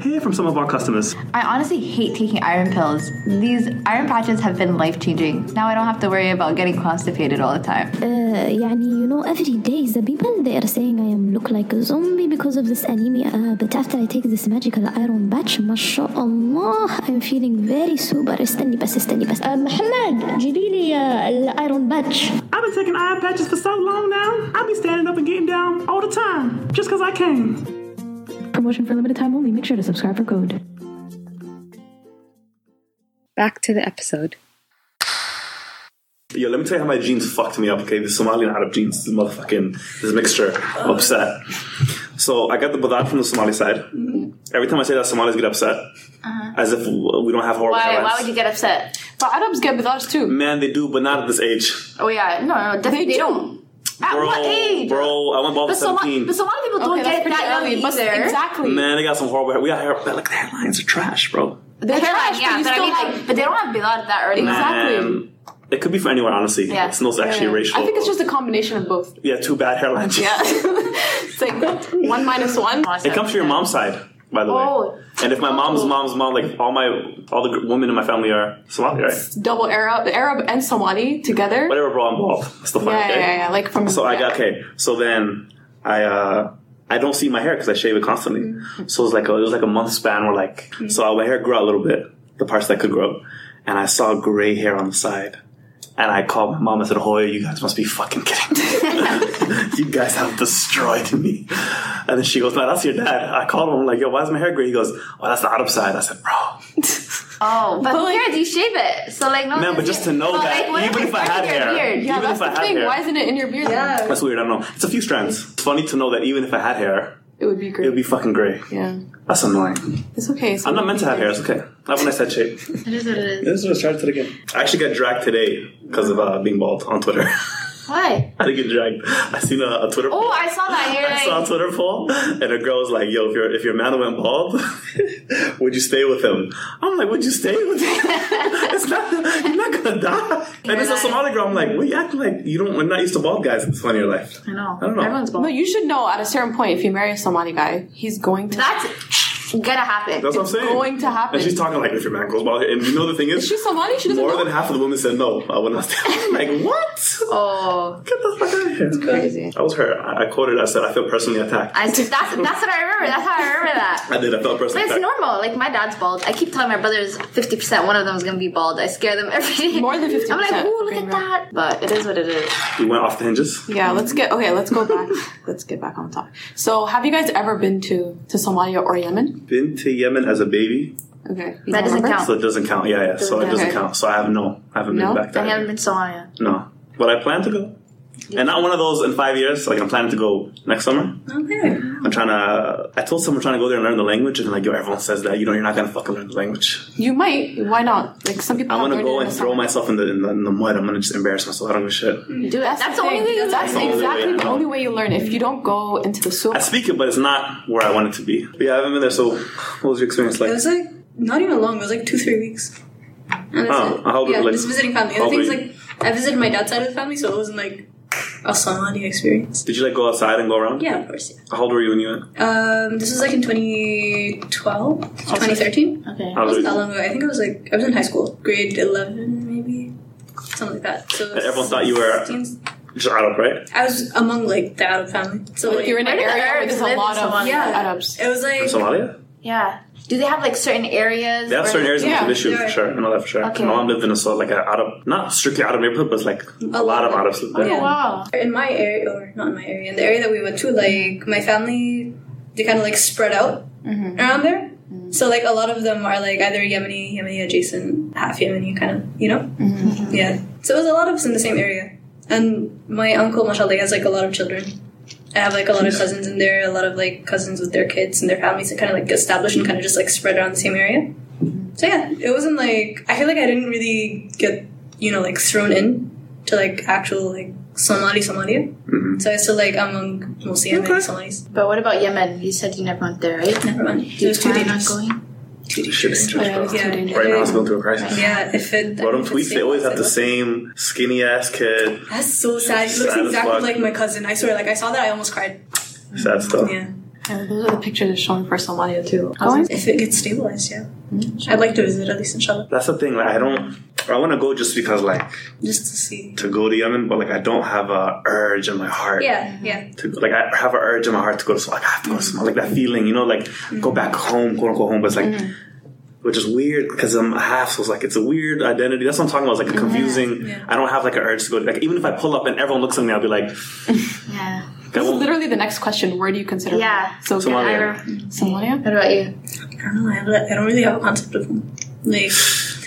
B: hear from some of our customers.
C: I honestly hate taking iron pills. These iron patches have been life changing. Now I don't have to worry about getting constipated all the time.
G: Uh, يعني you know every day the people they are saying I am look like a zombie because of this anemia. Uh, but after I take this magical iron batch, mashallah, I'm feeling very super. استني بس استني بس. Uh, محمد جيبي لي uh, الايرون باتش.
H: I've been taking eye patches for so long now. I be standing up and getting down all the time, just 'cause I can.
I: Promotion for limited time only. Make sure to subscribe for code.
F: Back to the episode.
B: Yo, let me tell you how my genes fucked me up, okay? The Somali and Arab genes, this motherfucking, this mixture, I'm upset. So I got the badad from the Somali side.
C: Mm-hmm.
B: Every time I say that, Somalis get upset. As if we don't have horrible
C: Uh-huh. Why?
B: parents.
C: Why would you get upset?
E: But Arabs get with us too.
B: Man, they do, but not at this age.
C: Oh yeah, no, no, definitely
E: [laughs] They
C: they
E: do.
C: don't. At
B: bro,
C: what age?
B: Bro, I went bald
C: But
B: at
C: so, lot,
B: 17.
C: but so a lot of people don't
E: Okay, that's
C: get it
E: pretty
C: that
E: early,
C: early
E: but
C: either.
E: exactly.
B: Man, they got some horrible hair. We got hair, but look, the hairlines are trash, bro.
E: They're
C: They're
E: trash,
C: like,
E: but,
C: yeah, but, I
E: you
C: mean,
E: still
C: like, but they don't have Bilal that early.
E: Exactly.
B: Man, it could be for anyone, honestly.
C: Yeah.
B: It's not actually
E: have-
B: racial.
E: I think it's just a combination of both.
B: yeah, two bad hairlines.
E: Yeah, [laughs] it's like one minus one.
B: It comes from your mom's side, by the
C: Oh.
B: way. And if my mom's mom's mom, like all my all the gr- women in my family are Somali, right?
E: Double Arab, Arab and Somali together.
B: Whatever, bro, I'm bald. That's the fun.
E: Yeah,
B: okay?
E: yeah, yeah. Like from
B: So I
E: yeah.
B: got okay. So then I uh I don't see my hair because I shave it constantly.
E: Mm-hmm.
B: So it was like a, it was like a month span where like so my hair grew out a little bit, the parts that could grow, and I saw gray hair on the side. And I called my mom and said, Hoya, you guys must be fucking kidding me.
E: [laughs]
B: [laughs] you guys have destroyed me. And then she goes, No, that's your dad. I called him, I'm like, Yo, why is my hair gray? He goes, Oh, that's the Arab side. I said, Bro.
C: Oh, but, who cares? You shave it, so like no.
B: Man, but just to know that,
C: what
B: even
C: it's
B: if I had
C: stuck in your
B: hair-
C: beard?
E: Yeah,
B: Even
E: that's
B: if I
E: the
B: had
E: thing.
B: hair.
E: Why isn't it in your beard? then?
B: That's weird. I don't know. It's a few strands. It's funny to know that even if I had hair,
E: It would be
B: it
E: great.
B: would be fucking gray.
E: yeah,
B: That's annoying.
E: it's okay. So
B: I'm not meant to have hair. It's okay. I have a nice head shape.
C: It is what it is.
B: This is what it again. I actually got dragged today because of uh, being bald on Twitter. [laughs]
C: Why?
B: I didn't get dragged. I seen a, a Twitter.
C: Oh,
B: poll.
C: I saw
B: [laughs]
C: that. and You're
B: I saw a
C: like,
B: Twitter poll, and a girl was like, "Yo, if your if your man went bald, [laughs] would you stay with him?" I'm like, "Would you stay with him? [laughs] it's not you're not gonna die." And it's a Somali girl. I'm like, "What you acting like? You don't? We're not used to bald guys. It's funny your life."
C: I know.
B: I don't know.
C: Everyone's
E: No,
C: bald.
E: you should know at a certain point if you marry a Somali guy, he's going to.
C: That's gonna happen.
B: That's what I'm saying.
E: going to happen.
B: And she's talking like, "If your man goes bald," and you know the thing is,
E: She's Somali. She doesn't
B: more
E: know.
B: than half of the women said no. I would not stay. [laughs] I'm like, what?
C: Oh,
B: Get the fuck out of here.
C: crazy.
B: I was hurt. I, I quoted. I said, I feel personally attacked. I,
C: I that's that's what I remember. That's how I remember that.
B: did. I felt
C: But
B: personally
C: it's
B: attacked.
C: normal. Like my dad's bald. I keep telling my brothers, fifty percent, one of them is gonna be bald. I scare them every day.
E: More than
C: [laughs] I'm
E: 50%,
C: like, ooh, look
E: being
C: at
E: real.
C: that. But it is what it is.
B: we went off the hinges.
E: yeah, let's get okay. Let's go back. [laughs] let's get back on topic. So, have you guys ever been to to Somalia or Yemen?
B: Been to Yemen as a baby,
E: Okay, you don't
C: That doesn't
E: remember?
C: count.
B: so it doesn't count. Yeah, yeah. So it doesn't
E: Okay.
B: count. So I have no. I haven't
E: No?
B: been back
C: I haven't
B: there.
C: been to Somalia.
B: No, but I plan to go. And not one of those in five years. Like I'm planning to go next summer.
D: Okay.
B: I'm trying to. I told someone I'm trying to go there and learn the language, and like, yo, everyone says that. You know, you're not gonna fucking learn the language.
E: You might. Why not? Like some people.
B: I'm
E: have
B: gonna
E: learned it
B: go
E: in
B: and
E: the
B: throw
E: summer.
B: myself in the in the, in the mud. I'm gonna just embarrass myself. I don't give a shit.
C: Do it. That's, the only
E: thing.
C: way you
E: That's
C: learn.
B: the only way
E: exactly
B: I
E: the
B: know.
E: only way you learn. If you don't go into the soup,
B: I speak it, but it's not where I want it to be. But yeah, I haven't been there. So, what was your experience like?
D: It was like not even long. It was like two, three weeks. And that's
B: Oh,
D: it.
B: I hope it
D: yeah,
B: was-
D: just visiting family. And
B: hope
D: the thing is,
B: it-
D: like, I visited my dad's side of the family, so it wasn't like a Somali experience.
B: Did you like go outside and go around?
D: Yeah, of course. Yeah.
B: How old were you when you went?
D: Um, this was like in 2012, 2013. It
B: How old were
D: wasn't that
B: you?
D: long ago. I think I was like I was in high school, grade 11 maybe, something like that. So
B: everyone thought you were-
D: 16.
B: Just Arab, right?
D: I was among like the Arab family. So
E: Like
D: like,
E: you're in an
C: Where do the
E: area where
C: Arabs
E: there's a
C: live in
E: lot of
C: Somalia?
D: yeah,
E: Arabs.
D: It was like
B: In Somalia?
C: Yeah. Do they have like certain areas?
B: They have
C: where-
B: certain areas
E: Yeah,
B: that have issues for
D: they're-
B: sure. I know that for sure.
C: Okay.
B: My mom lived in a sort of like an Arab, not strictly Arab neighborhood, but it's like a lot of Arabs lived there.
D: Yeah.
C: Wow.
D: in my area or not in my area in the area that we went to like my family they kind of like spread out around there so like a lot of them are like either yemeni yemeni adjacent half yemeni kind of you know yeah so it was a lot of us in the same area and my uncle mashallah he has like a lot of children i have like a lot of cousins in there a lot of like cousins with their kids and their families that kind of like get established and kind of just like spread around the same area so yeah it wasn't like i feel like i didn't really get you know like thrown in to like actual like Somali Somalia.
B: Mm-hmm.
D: So I still like among mostly Yemen Somalis.
C: But what about Yemen? You said you never went there, right?
D: Never mind. It was too
C: Why not
D: dangerous.
C: going?
D: Too
B: Shit,
D: dangerous.
B: dangerous, bro.
E: it's too
D: Uh, Yeah.
E: dangerous.
B: Right now, it's going through a crisis.
D: Yeah, if it.
B: But them
D: if it's
B: tweets, they always have the
D: stable.
B: same skinny ass kid,
D: That's so sad. It
B: Sad
D: looks
B: as
D: exactly
B: fuck.
D: like my cousin. I swear, like I saw that, I almost cried.
B: sad stuff.
D: Yeah.
E: Yeah, those are the pictures it's showing for Somalia too.
D: If it gets stabilized, yeah.
B: Mm-hmm.
D: I'd like to visit at least inshallah.
B: That's the thing. Like, I don't. I want to go just because, like,
D: Just to see.
B: to go to Yemen, but like, I don't have a urge in my heart.
D: Yeah, yeah.
B: To, like, I have an urge in my heart to go to Somalia. Like, I have to go to Somalia. Like that feeling, you know, like go back home, quote unquote home. But it's like, which is weird because I'm half. So it's like it's a weird identity. That's what I'm talking about. It's like a confusing.
D: Yeah.
B: I don't have like an urge to go. Like even if I pull up and everyone looks at me, I'll be like,
C: Yeah.
E: This is literally the next question. Where do you consider?
C: Yeah.
E: So
B: Somalia.
E: Somalia.
C: What about you?
D: I don't know. I don't- I don't really have a concept of like. [laughs]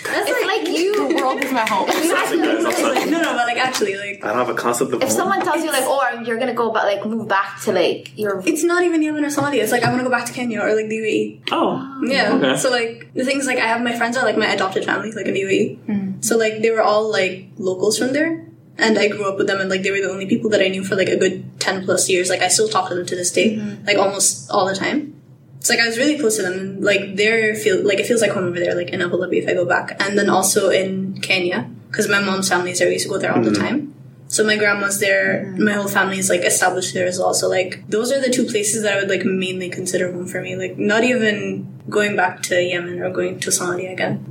C: That's like, you.
E: The world is my
C: [laughs]
E: home.
B: Sorry, guys, I'm sorry.
D: No, no, but like actually,
B: [laughs]
D: like
B: I don't have a concept of.
C: If
B: home.
C: someone tells you like, oh, you're gonna go, but like move back to like your
D: it's not even Yemen or Somalia. It's like I want to go back to Kenya or like the E. UAE.
B: oh,
D: Yeah.
B: Okay.
D: So like the things like I have my friends are like my adopted family, like in the UAE. So like they were all like locals from there, and I grew up with them, and like they were the only people that I knew for like a good ten plus years. Like I still talk to them to this day, like almost all the time. It's like I was really close to them, and like they're feel like it feels like home over there, like in Abu Dhabi if I go back, and then also in Kenya because my mom's family is there. We used to go there all the time. So my grandma's there, my whole family is like established there as well. So like those are the two places that I would like mainly consider home for me. Like not even going back to Yemen or going to Somalia again.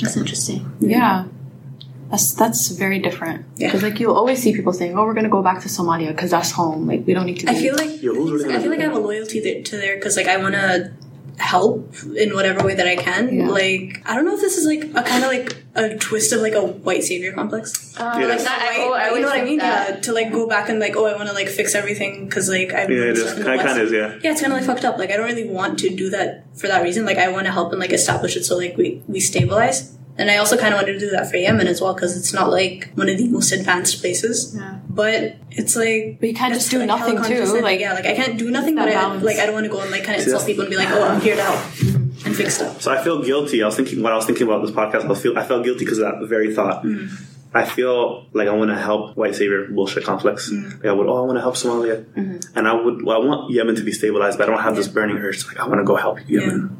C: That's interesting.
E: Yeah. That's that's very different.
D: Yeah.
E: Because like you always see people saying, "Oh, we're gonna go back to Somalia because that's home. Like we don't need to."
D: I
E: leave."
D: feel like
B: Yo, who's really gonna
D: I feel
B: do
D: like I have a loyalty there, to there because like I want to help in whatever way that I can.
E: Yeah.
D: Like I don't know if this is like a kind of like a twist of like a white savior complex.
B: Yeah.
D: Like,
C: that-
D: white-
C: oh, I
D: you
C: always
D: know what I
C: think
D: mean?
C: that.
D: Yeah. To like go back and like oh I want to like fix everything because like I
B: yeah, it is. Kind kind of is. Yeah.
D: Yeah, it's kind of like fucked up. Like I don't really want to do that for that reason. Like I want to help and like establish it so like we we stabilize. And I also kind of wanted to do that for Yemen as well because it's not like one of the most advanced places.
C: Yeah.
D: But it's like
E: But you can't
D: that's,
E: just do
D: like, how
E: nothing
D: conscious
E: too.
D: it-
E: Like
D: yeah, like I can't do nothing.
E: that
D: But I,
E: balance.
D: like I don't want to go and like kind of
B: See,
D: insult
B: that's-
D: people and be like, oh, I'm here to help and fix stuff.
B: So I feel guilty. I was thinking when I was thinking about this podcast, I feel I felt guilty because of that very thought. I feel like I want to help white savior bullshit complex. Like I would, oh, I want to help Somalia, and I would, well, I want Yemen to be stabilized, but I don't have this burning urge. to, Like I want to go help Yemen.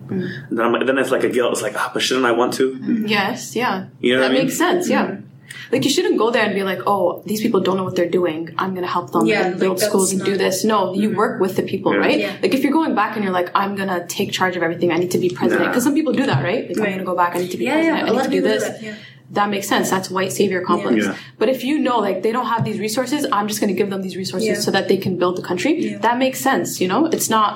B: And then, I'm, then it's like a guilt. It's like, ah, but shouldn't I want to?
E: Mm-hmm. yes, yeah.
B: You know
E: that
B: what I mean?
E: makes sense. Yeah.
D: Mm-hmm.
E: Like you shouldn't go there and be like, "Oh, these people don't know what they're doing. I'm gonna help them
D: Yeah,
E: and build
D: like,
E: schools and
D: that's
E: do
D: not- Mm-hmm.
E: this." No, you work with the people,
B: Yeah.
E: right?
D: Yeah.
E: Like if you're going back and you're like, "I'm gonna take charge of everything. I need to be president,"
B: Nah.
E: because some people do that, right? Like I'm
D: Right.
E: gonna go back. I need to be
D: Yeah,
E: president.
D: yeah.
E: I
D: A
E: need
D: lot
E: to
D: of
E: do
D: people do
E: this.
D: that. Yeah.
E: that makes sense. That's white savior complex.
B: Yeah.
E: But if you know, like, they don't have these resources, I'm just going to give them these resources
D: Yeah.
E: so that they can build the country.
D: Yeah.
E: That makes sense. You know, it's not.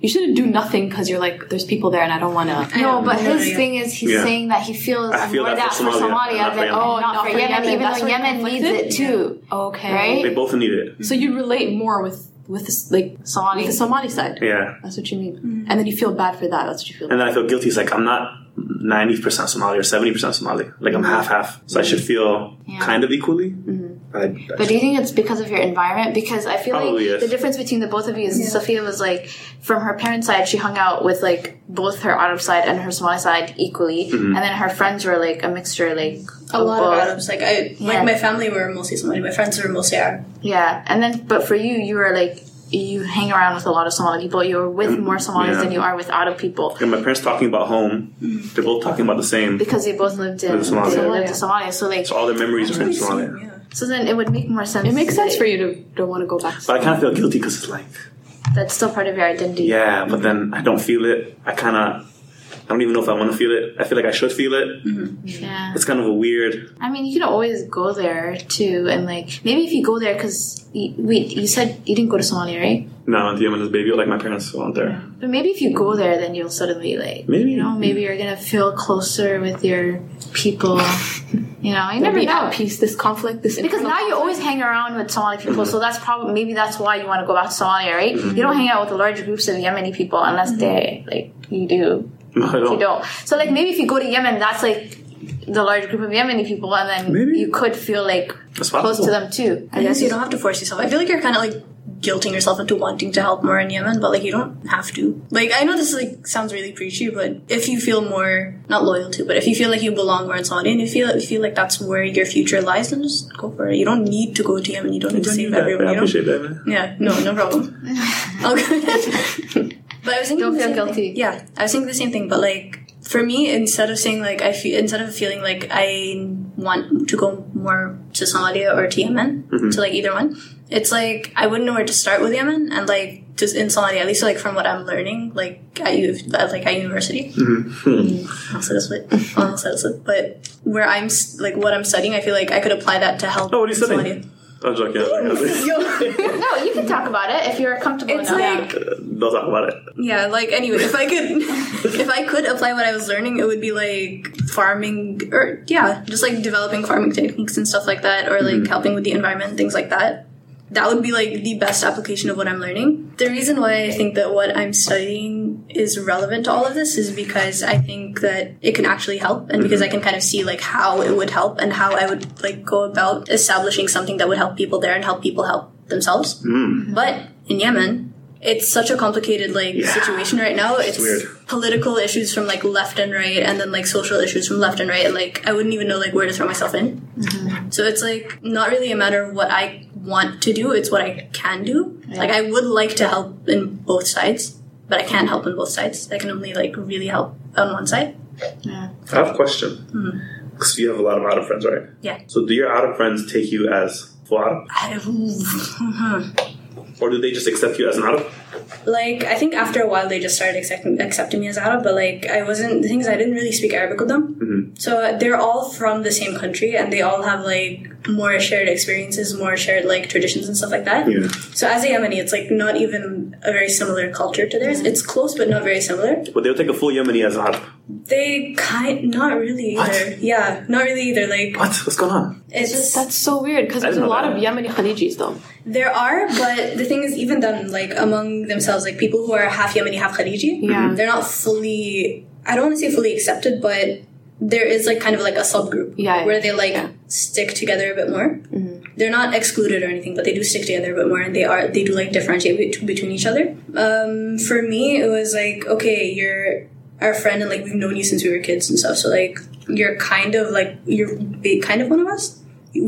E: You shouldn't do nothing because you're like, there's people there and I don't want to.
C: No, but his
D: yeah.
C: thing is he's
B: Yeah.
C: saying that he feels
B: I feel
C: more
B: that
C: that
B: for
C: for
B: Somalia,
C: Somalia
B: not for
C: than
B: Yemen.
E: Not
C: oh, not
E: for
C: for Yemen,
E: Yemen,
C: even
E: that's
C: though
E: where
C: Yemen
E: conflict
C: needs it
E: is.
C: too.
E: Okay.
B: They
C: Right?
B: both need it.
E: So you relate more with with this, like
C: Somali.
E: with the Somali side.
B: Yeah.
E: That's what you mean. And then you feel bad for that. That's what you feel.
B: And then I feel guilty. It's like I'm not ninety percent Somali or seventy percent Somali. Like I'm half half. So I should feel kind of equally. I, I
C: But do you think it's because of your environment? Because I feel like
B: Probably, yes.
C: the difference between the both of you is Sophia was like, from her parents' side, she hung out with like both her Arab side and her Somali side equally,
B: Mm-hmm.
C: and then her friends were like a mixture, like
D: A lot of
C: both.
D: Arabs, like I,
C: Yeah.
D: like my family were mostly Somali. My friends were mostly Arab.
C: Yeah, and then but for you, you were like you hang around with a lot of Somali people. You're with more Somalis
B: Mm-hmm. yeah.
C: than you are with Arab people
B: and my parents talking about home. They're both talking about the same.
C: because they both lived in
B: With Somalia.
C: They lived in Somalia. So like,
B: So all their memories are in Somalia.
D: Yeah.
C: so then it would make more sense.
E: it makes sense
C: that-
E: for you to don't want to go back.
B: But I kind of feel guilty because it's like,
C: That's still part of your identity.
B: yeah, but then I don't feel it. I kind of, I don't even know if I want to feel it. I feel like I should feel it.
C: Yeah.
B: It's kind of a weird.
C: I mean, you can always go there too, and like maybe if you go there, because wait, you said you didn't go to Somalia, right?
B: No, I went to Yemen as a baby. Like my parents weren't there.
C: But maybe if you go there, then you'll suddenly like
B: Maybe.
C: you know maybe you're gonna feel closer with your people. You know, you never
E: be
C: know.
E: at peace. This conflict. This
C: Because now you always hang around with Somali people, so that's probably maybe that's why you want to go back to Somalia, right? You don't hang out with large groups of Yemeni people unless they like you do.
B: No, I
C: You
B: don't.
C: don't. So like maybe if you go to Yemen, that's like the large group of Yemeni people, and then
B: Maybe.
C: you could feel like
B: That's
C: close
B: possible.
C: to them too. I
D: I
C: guess
D: guess you don't have to force yourself. I feel like you're kind of like guilting yourself into wanting to help more in Yemen, but like you don't have to. Like I know this like sounds really preachy, but if you feel more not loyal to, but if you feel like you belong where it's on, and you feel if you feel like that's where your future lies, then just go for it. You don't need to go to Yemen. You don't need to
B: Don't do
D: save
B: that, but
D: everyone.
B: I
D: You don't.
B: appreciate that, man.
D: Yeah, no, no
C: [laughs]
D: problem. okay. but I was thinking
C: Don't
D: the
C: feel
D: same thing.
C: guilty.
D: Yeah, I was thinking the same thing. But like for me, instead of saying like I feel, instead of feeling like I want to go more
B: Mm-hmm.
D: to Somalia or to Yemen, to like either one, it's like I wouldn't know where to start with Yemen, and like just in Somalia, at least like from what I'm learning, like at U, at, like at university.
B: Mm-hmm.
D: Also, that's what almost that's what. But where I'm s- like what I'm studying, I feel like I could apply that to help.
B: Oh, what are you
D: in
B: studying? [laughs] I'm joking. I'm joking.
D: Somalia. Yo.
C: No, you can talk about it if you're comfortable
D: It's
C: enough.
D: like
B: Don't talk about it.
D: Yeah, like anyway, if I could, [laughs] if I could apply what I was learning, it would be like farming, or yeah, just like developing farming techniques and stuff like that, or like helping with the environment, things like that. That would be like the best application of what I'm learning. The reason why I think that what I'm studying is relevant to all of this is because I think that it can actually help, and because I can kind of see like how it would help and how I would like go about establishing something that would help people there and help people help themselves. But in Yemen, it's such a complicated like situation right now. It's,
B: weird.
D: political issues from like left and right, and then like social issues from left and right. And, like I wouldn't even know like where to throw myself in. So it's like not really a matter of what I want to do; it's what I can do. Like I would like to help in both sides, but I can't help in both sides. I can only like really help on one side.
B: I have a question. Because you have a lot of Arab friends, right?
D: Yeah.
B: So do your Arab friends take you as full Arab?
D: I,
B: Or do they just accept you as an Arab?
D: like I think after a while they just started accepting accepting me as Arab, but like I wasn't the things I didn't really speak Arabic with them.
B: Mm-hmm.
D: So uh, they're all from the same country, and they all have like more shared experiences, more shared like traditions and stuff like that.
B: Yeah.
D: So as a Yemeni, it's like not even a very similar culture to
B: Mm-hmm.
D: theirs. It's close but not very similar.
B: But they'll take a full Yemeni as an Arab.
D: They kind not really
B: What?
D: either. Yeah, not really either. Like
B: What? What's going on?
D: it's just
E: That's so weird because
B: I
E: there's a
B: didn't know that.
E: lot of Yemeni Khalijis though.
D: there are, but the thing is, even then, like among themselves, like people who are half Yemeni, half Khaliji,
E: Yeah.
D: they're not fully. I don't want to say fully accepted, but there is like kind of like a subgroup
E: Yeah,
D: where they like
E: yeah. Mm-hmm.
D: stick together a bit more. They're not excluded or anything, but they do stick together a bit more, and they are they do like differentiate bet- between each other. Um, for me, it was like okay, you're our friend, and like we've known you since we were kids and stuff. So like you're kind of like you're ba- kind of one of us.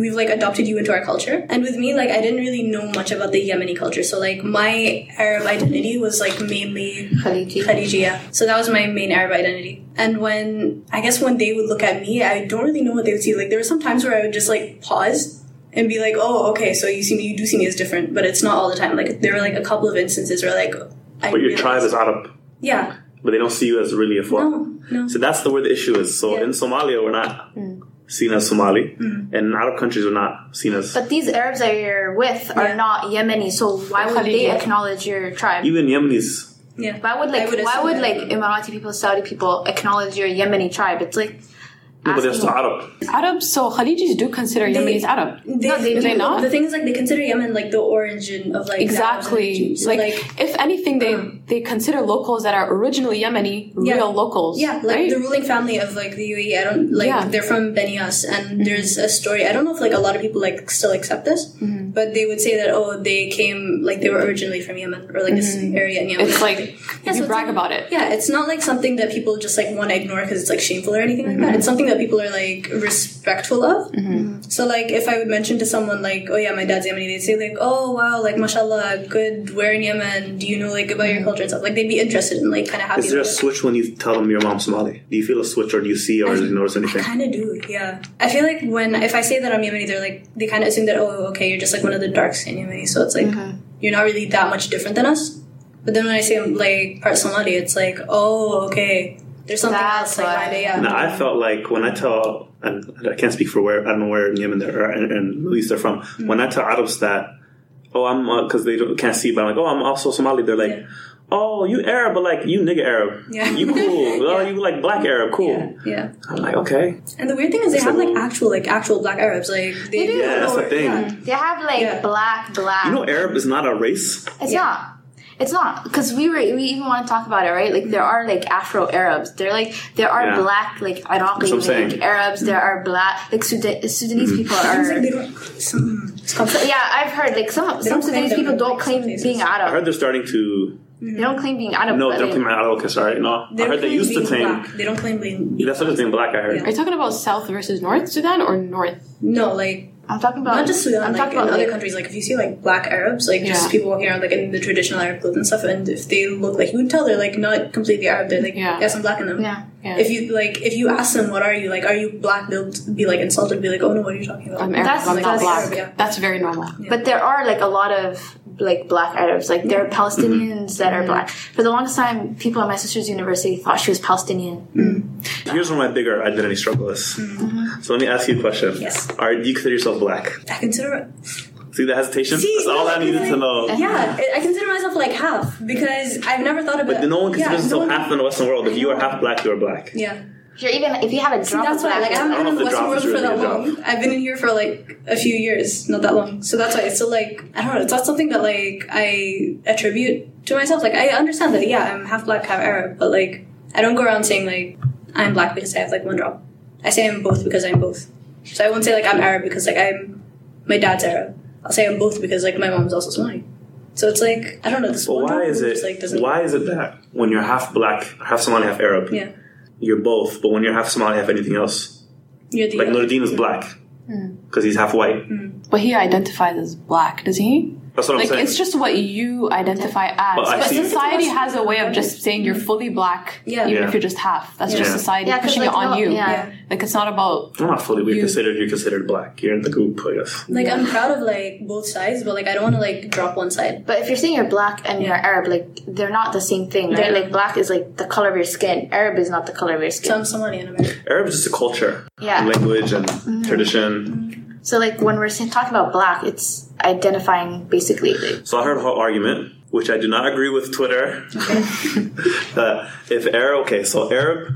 D: We've like adopted you into our culture, and with me, like I didn't really know much about the Yemeni culture. So like my Arab identity was like mainly
C: Khaliji.
D: Khadijia. So that was my main Arab identity. And when I guess when they would look at me, I don't really know what they would see. Like there were some times where I would just like pause and be like, "Oh, okay, so you see me, you do see me as different," but it's not all the time. Like there were like a couple of instances where like, I
B: But your
D: realized-
B: tribe is Arab.
D: yeah,
B: But they don't see you as really a full Arab.
D: no, no,
B: So that's the where the issue is. So
D: Yeah. Mm.
B: in Somalia, we're not seen as Somali. And in Arab countries, we're not seen as...
C: But these Arabs that you're with are
D: Yeah.
C: not Yemeni, so why would they
E: Khaliji.
C: acknowledge your tribe?
B: even Yemenis...
D: yeah.
C: why would like
D: I would
C: why
D: assume
C: would
D: that.
C: like Emirati people, Saudi people acknowledge your Yemeni tribe? It's like
B: No, but they're still
C: asking-
B: Arab.
E: Arabs, so Khalijis do consider Yemenis Arab.
D: They,
E: No, they do
D: do-
E: not.
D: The thing is, like, they consider Yemen like the origin of like the Arabs and the
E: Exactly.
D: Jews. So,
E: Like, if anything, they they consider locals that are originally Yemeni
D: um, Yeah.
E: real locals.
D: Yeah, like
E: right?
D: the ruling family of like the UAE. I don't like
E: Yeah. Mm-hmm.
D: they're from Benias, and there's a story. I don't know if like a lot of people like still accept this,
E: Mm-hmm.
D: but they would say that oh they came like they were originally from Yemen or like this area in Yemen.
E: Mm-hmm. it's like
D: Yeah, so
E: you
D: it's
E: brag
D: like-
E: about it.
D: yeah, it's not like something that people just like want to ignore because it's like shameful or anything like
C: Mm-hmm.
D: that. It's something that people are like respectful of. So like if I would mention to someone like, oh yeah, my dad's Yemeni, they'd say like, oh wow, like mashallah, good, where in Yemen? Do you know like about
C: Mm-hmm.
D: your culture and stuff? Like they'd be interested and like kind of happy.
B: Is there a
D: about it.
B: switch when you tell them your mom's Somali? Do you feel a switch or do you see or do you notice anything?
D: I kind of do, yeah. I feel like when if I say that I'm Yemeni, they're like they kind of assume that oh, okay, you're just like one of the dark skinned Yemeni, so it's like
C: Mm-hmm.
D: you're not really that much different than us. But then when I say I'm like part Somali, it's like oh, okay, there's something
C: That's
D: else, like
C: why.
D: kinda, yeah.
B: No, I felt like when I tell, and I can't speak for where, I don't know where in Yemen they're, or in, in Middle East they're from.
D: Mm.
B: When I tell Arabs that, oh, I'm, because they don't, can't see, but I'm like, oh, I'm also Somali, they're like,
D: Yeah.
B: oh, you Arab, but like, you nigga Arab.
D: Yeah.
B: You
D: [laughs]
B: cool. Oh, you like black Arab, cool.
D: Yeah, yeah.
B: I'm like, okay.
D: And the weird thing is they
B: It's
D: have
B: like-
D: like actual like actual black Arabs, like they,
C: do.
B: Yeah, that's the
D: Yeah.
B: thing.
C: They have like
D: Yeah.
C: black, black.
B: You know, Arab is not a race.
C: it's not. It's not because we were we even want to talk about it, right? Like there are like Afro Arabs. There like there are
B: Yeah.
C: black like Iraqi
B: That's what I'm
C: like,
B: saying. Mm-hmm.
C: Arabs. There are black like Sudan, Sudanese people are.
D: They don't, some, some
C: So, yeah, I've heard like some some
D: don't claim
C: Sudanese
D: them
C: people
D: in,
C: don't
D: like,
C: claim
D: some places.
C: being
B: I
C: Arab.
B: heard they're starting to,
C: They don't claim being Arab.
B: no,
C: but,
B: they don't
C: like,
B: claim Arab, okay, sorry. No, I
D: don't
B: heard they
D: claim
B: used to
D: being
B: claim,
D: black. They don't claim being.
B: that's what they're saying, black, I heard.
E: Are you talking about South versus North Sudan or North?
D: No, like
C: I'm talking about
D: not just Sudan,
C: I'm
D: like
C: talking
D: in
C: about
D: other
C: like,
D: countries. Like if you see like black Arabs, like just
E: Yeah.
D: people walking around like in the traditional Arab clothes and stuff, and if they look like you can tell they're like not completely Arab, they're like
E: Yeah.
D: yeah. yes, I'm black in them.
C: Yeah.
E: Yeah.
D: If you like, if you ask them what are you like, are you black? They'll be like insulted, be like, oh no, what are you talking about?
E: I'm Arab.
C: That's-
E: I'm not
C: that's
E: black.
D: Arab, yeah.
E: That's very normal.
C: But there are like a lot of like black Arabs. Like there are Palestinians that are black. For the longest time, people at my sister's university thought she was Palestinian.
B: Here's where my bigger identity struggle is. So let me ask you a question.
D: Mm-hmm. Yes.
B: Are, do you consider yourself black?
D: I consider
B: See the hesitation?
D: See,
B: That's all I
D: like,
B: needed to
D: like-
B: know.
D: yeah, I- I consider myself like half because I've never thought about.
B: But no one considers
D: yeah, no
B: themselves
D: one-
B: half in the Western world. If you are half black, you are black.
D: Yeah,
C: If you're even if you have a drop
D: that's
C: of
D: why.
C: black,
D: Like I
B: I
D: haven't
B: don't
D: been in
B: know if the
D: the Western
B: drop
D: world
B: is
D: for
B: really
D: that
B: a drop.
D: long. I've been in here for like a few years, not that long. So that's why it's still like I don't know. It's not something that like I attribute to myself. Like I understand that yeah, I'm half black, half Arab, but like I don't go around saying like I'm black because I have like one drop. I say I'm both because I'm both. So I won't say like I'm Arab because like I'm my dad's Arab. I'll say I'm both because like my mom's also Somali. So it's like I don't know. This
B: So
D: one
B: why
D: drop
B: is it?
D: just, like, doesn't-
B: why is it that when you're half black, half Somali, half Arab,
D: Yeah,
B: you're both, but when you're half Somali, half anything else,
D: you're the
B: like Nuruddin is black
D: Mm.
B: because he's half white.
E: But he identifies as black, does he?
B: That's what I'm
E: Like
B: saying.
E: it's just what you identify as.
B: But I
E: But,
B: see-
E: society has a way of just saying you're fully black,
D: Yeah.
E: even
B: Yeah.
E: if you're just half. That's just
B: Yeah.
E: society
C: Yeah, 'cause,
E: pushing
C: like,
E: it on
C: no-
E: you.
C: yeah.
E: Like it's not about.
B: I'm not fully. We're
E: You-
B: considered. You're considered black. You're in the group, I guess.
D: Like I'm proud of like both sides, but like I don't want to like drop one side.
C: But if you're saying you're black and you're Arab, like they're not the same thing, right?
D: Yeah.
C: Like black is like the color of your skin. Arab is not the color of your skin.
D: So I'm Somali and American.
B: Arab is just a culture,
C: Yeah.
B: language, and
E: Mm-hmm.
B: tradition.
C: So like when we're saying, talking about black, it's identifying basically. Like,
B: So I heard a whole argument, which I do not agree with Twitter. [laughs] uh, if Arab, okay, so Arab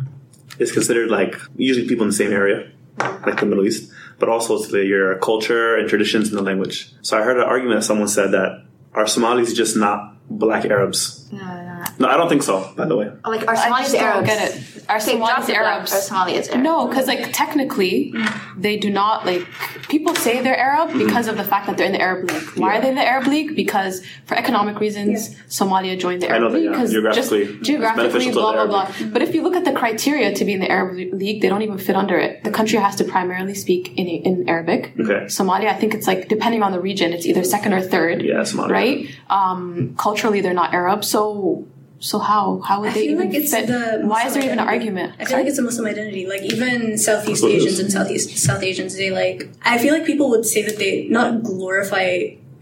B: is considered like usually people in the same area, like the Middle East, but also it's the, your culture and traditions and the language. So I heard an argument. Someone said that are Somalis just not black Arabs?
C: no, no,
B: No, I don't think so. By the way,
E: Um,
C: no. Like are Somalis
E: I just
C: Arabs?
E: don't get it. Are
C: Take
E: Somalis
C: Johnson black,
E: Arabs?
C: Are Somalis Arabs?
E: No, because like technically, they do not like people say they're Arab because of the fact that they're in the Arab League. Why
B: Yeah.
E: are they in the Arab League? Because for economic reasons, Somalia joined the
B: I
E: Arab
B: know that,
E: League
B: yeah.
E: because
B: Geographically,
E: just
B: it's
E: geographically,
B: beneficial to
E: blah
B: the
E: blah
B: Arab
E: blah. But if you look at the criteria to be in the Arab League, they don't even fit under it. The country has to primarily speak in in Arabic.
B: Okay.
E: Somalia, I think it's like depending on the region, it's either second or third.
B: Yeah, Somalia.
E: Right. Um, culturally, they're not Arab, so. So how how would
D: I
E: they
D: feel
E: even
D: like it's
E: fit?
D: the
E: Why
D: Muslim
E: is there even an
D: identity.
E: argument?
D: I feel
E: Sorry?
D: like it's a Muslim identity. Like even Southeast
B: what it
D: Asians
B: is.
D: and Southeast South Asians, they like. I feel like people would say that they not glorify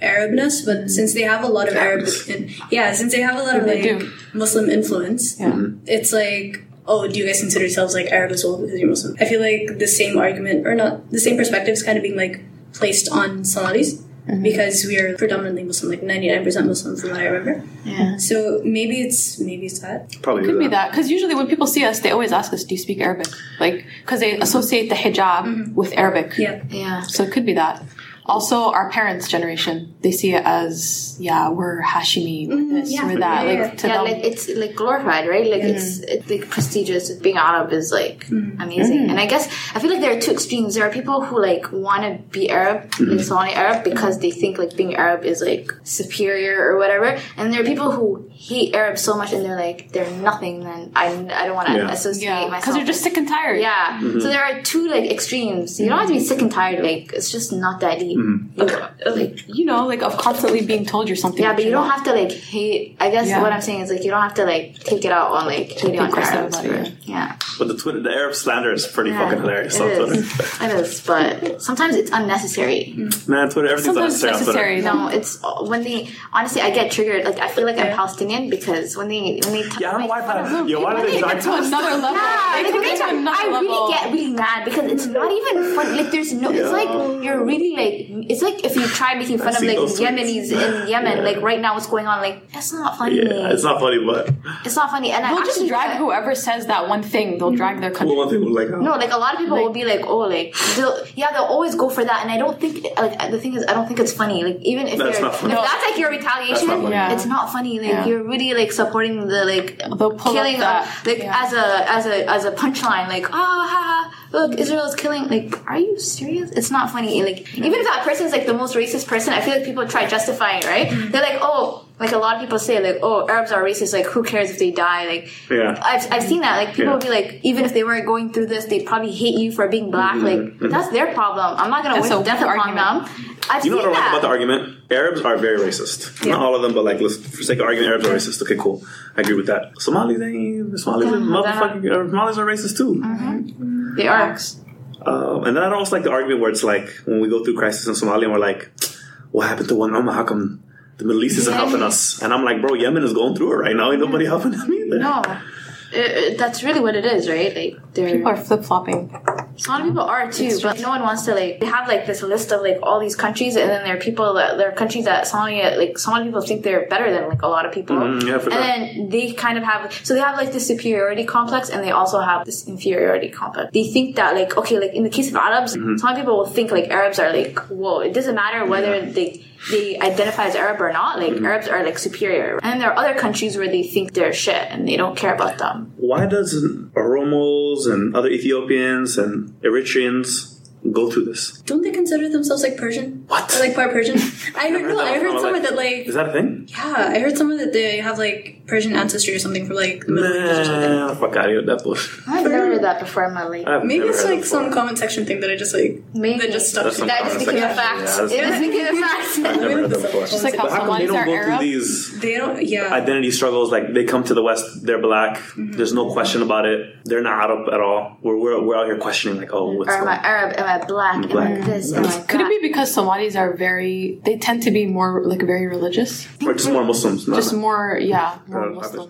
D: Arabness, but since they have a lot of Arab, and, yeah, since they have a lot of
E: They
D: like
E: do.
D: Muslim influence,
E: Yeah.
B: Mm-hmm.
D: it's like. Oh, do you guys consider yourselves like Arab as well because you're Muslim? I feel like the same argument, or not, the same perspective is kind of being like placed on Somalis
E: Mm-hmm.
D: because we are predominantly Muslim, like 99% Muslim from what I remember.
C: Yeah.
D: So maybe it's maybe it's that.
B: probably
E: Could be that because usually when people see us, they always ask us, "Do you speak Arabic?" Like because they associate the hijab with Arabic.
D: Yeah.
C: Mm-hmm. Yeah.
E: So it could be that. Also, our parents' generation, they see it as, yeah, we're Hashimi, we're this,
D: yeah.
E: we're that.
D: Yeah,
E: like
D: yeah.
E: to
C: Mm-hmm. Yeah,
E: them,
C: like it's like glorified, right? Like it's, it's like prestigious. Being Arab is like amazing, and I guess I feel like there are two extremes. There are people who like want to be Arab, like Somali Arab, because they think like being Arab is like superior or whatever, and there are people who hate Arabs so much, and they're like they're nothing. Then I, I don't want to
B: Yeah.
C: associate
E: yeah,
C: myself.
E: because they're just sick and tired.
C: yeah, so there are two like extremes. You don't have to be sick and tired. Like it's just not that deep. Like, like
E: you know, like of constantly being told you're something.
C: yeah,
E: that
C: but you
E: you're
C: don't
E: not.
C: have to like hate. I guess
E: Yeah.
C: what I'm saying is like you don't have to like take it out on like hating on
E: Aggressive
C: Arabs.
E: about it,
C: or- Yeah,
B: But the Twitter, the Arab slander is pretty fucking hilarious
C: It
B: on
C: is.
B: Twitter. [laughs]
C: [laughs] it is, but sometimes it's
E: Mm-hmm.
C: unnecessary.
B: Man, Twitter, everything's
E: Sometimes it's
B: unnecessary on Twitter.
E: necessary. though.
C: No, it's when they honestly I get triggered. Like I feel like I'm Palestinian because when they when they talk
B: Yeah, I don't know why. that- Yo, why
E: They
B: did they
E: take
B: drag
E: it to another level.
C: Yeah,
E: They
C: like,
E: take
C: when
E: it
C: they
E: to
C: talk-
E: another
C: I
E: level.
C: really get really mad because it's not even fun. Like there's no, it's like you're really like it's like if you try making fun of
B: seen
C: like
B: those tweets.
C: Yemenis in Yemen,
B: Yeah.
C: like right now what's going on, like it's not funny.
B: [laughs] Yeah, it's not funny, but
C: It's not funny, and I
E: They'll just
C: actually
E: drag whoever says that one thing. They'll drag their country.
B: well, one thing was like, uh,
C: No, like a lot of people will be like, oh, like, they'll, yeah, they'll always go for that, and I don't think, like, the thing is, I don't think it's funny. Like, even if
B: No, it's
C: you're,
B: not funny.
C: if that's like your
B: That's
C: retaliation,
B: not funny.
E: Yeah.
C: it's not funny. Like,
E: Yeah.
C: you're really like supporting the like
E: They'll pull up
C: killing,
E: that-
C: of- like
E: yeah.
C: as a as a as a punchline, like, oh, ha, ha, look, Israel's killing. Like, are you serious? It's not funny. Like, even if that person's like the most racist person, I feel like people try justifying, it, right? They're like, oh. Like a lot of people say, like, "Oh, Arabs are racist. Like, who cares if they die? Like,
B: Yeah.
C: I've, I've seen that. Like people
B: Yeah.
C: would be like, even if they weren't going through this, they'd probably hate you for being black.
B: Mm-hmm.
C: Like that's their problem. I'm not gonna
E: That's
C: wish
E: a
C: death
E: weak
C: upon
E: argument.
C: them. I've
B: You know
C: seen
B: what I like
C: that.
B: about the argument? Arabs are very racist. Not all of them, but like, let's, for sake of argument, Arabs are racist. Okay, cool. I agree with that. Somalis ain't. Somalis, are motherfucking, uh, Somalis are racist too.
C: Mm-hmm. they are.
B: Um, and then I don't also like the argument where it's like when we go through crisis in Somalia, and we're like, "What happened to one Ummah? How come The Middle East isn't
C: Yeah.
B: helping us. And I'm like, bro, Yemen is going through it right now. Ain't nobody helping them either.
C: No. It- it- that's really what it is, right? Like, they're,
E: People are flip flopping.
C: a lot of people are too, but no one wants to like. They have like this list of like all these countries, and then there are people that there are countries that Somalia like Somali people think they're better than like a lot of people,
B: Mm, yeah, I
C: and
B: forgot.
C: then they kind of have so they have like this superiority complex, and they also have this inferiority complex. They think that like okay, like in the case of Arabs, Somali people will think like Arabs are like whoa, it doesn't matter whether they. They identify as Arab or not, like Arabs are like superior. And then there are other countries where they think they're shit and they don't care about them.
B: Why doesn't Oromos and other Ethiopians and Eritreans go through this?
D: Don't they consider themselves like Persian?
B: What?
D: Or like part
B: [laughs]
D: Persian? I heard, no,
B: that
D: I heard
B: before,
D: somewhere
B: like-
D: that like
B: Is that a thing?
D: yeah, I heard somewhere that they have like Persian ancestry or something from like the Middle East or something.
B: Nah, fuck out of here. That bullshit.
C: [laughs] I've never heard that before in my life.
B: I've
D: Maybe
B: never
D: it's
B: heard that
D: like some
B: before.
D: comment section thing that I just like
C: Maybe.
D: that just stuck.
B: That's some
D: to-
C: That
B: comment
C: just became a
B: section.
C: fact.
B: Yeah, that's-
C: it just
D: [laughs]
C: became
B: I've
C: a fact.
B: never heard that before.
D: Just [laughs]
E: like how
B: But how come they
E: Somalis
B: don't
E: are
B: go
E: Arab?
B: through these
D: They don't. Yeah.
B: identity struggles? Like they come to the West, they're black.
C: Mm-hmm.
B: There's no question about it. They're not Arab at all. We're we're, we're out here questioning like, oh, what's
C: Am
B: going?
C: I
B: on?
C: Arab? Am I black? Am I
B: Black.
C: this? Am I that?
E: Could it be because Somalis are very, they tend to be more, like, very religious?
B: Or just more Muslims? No,
E: Just
B: no.
E: more, yeah,
B: Uh,
E: more Muslim.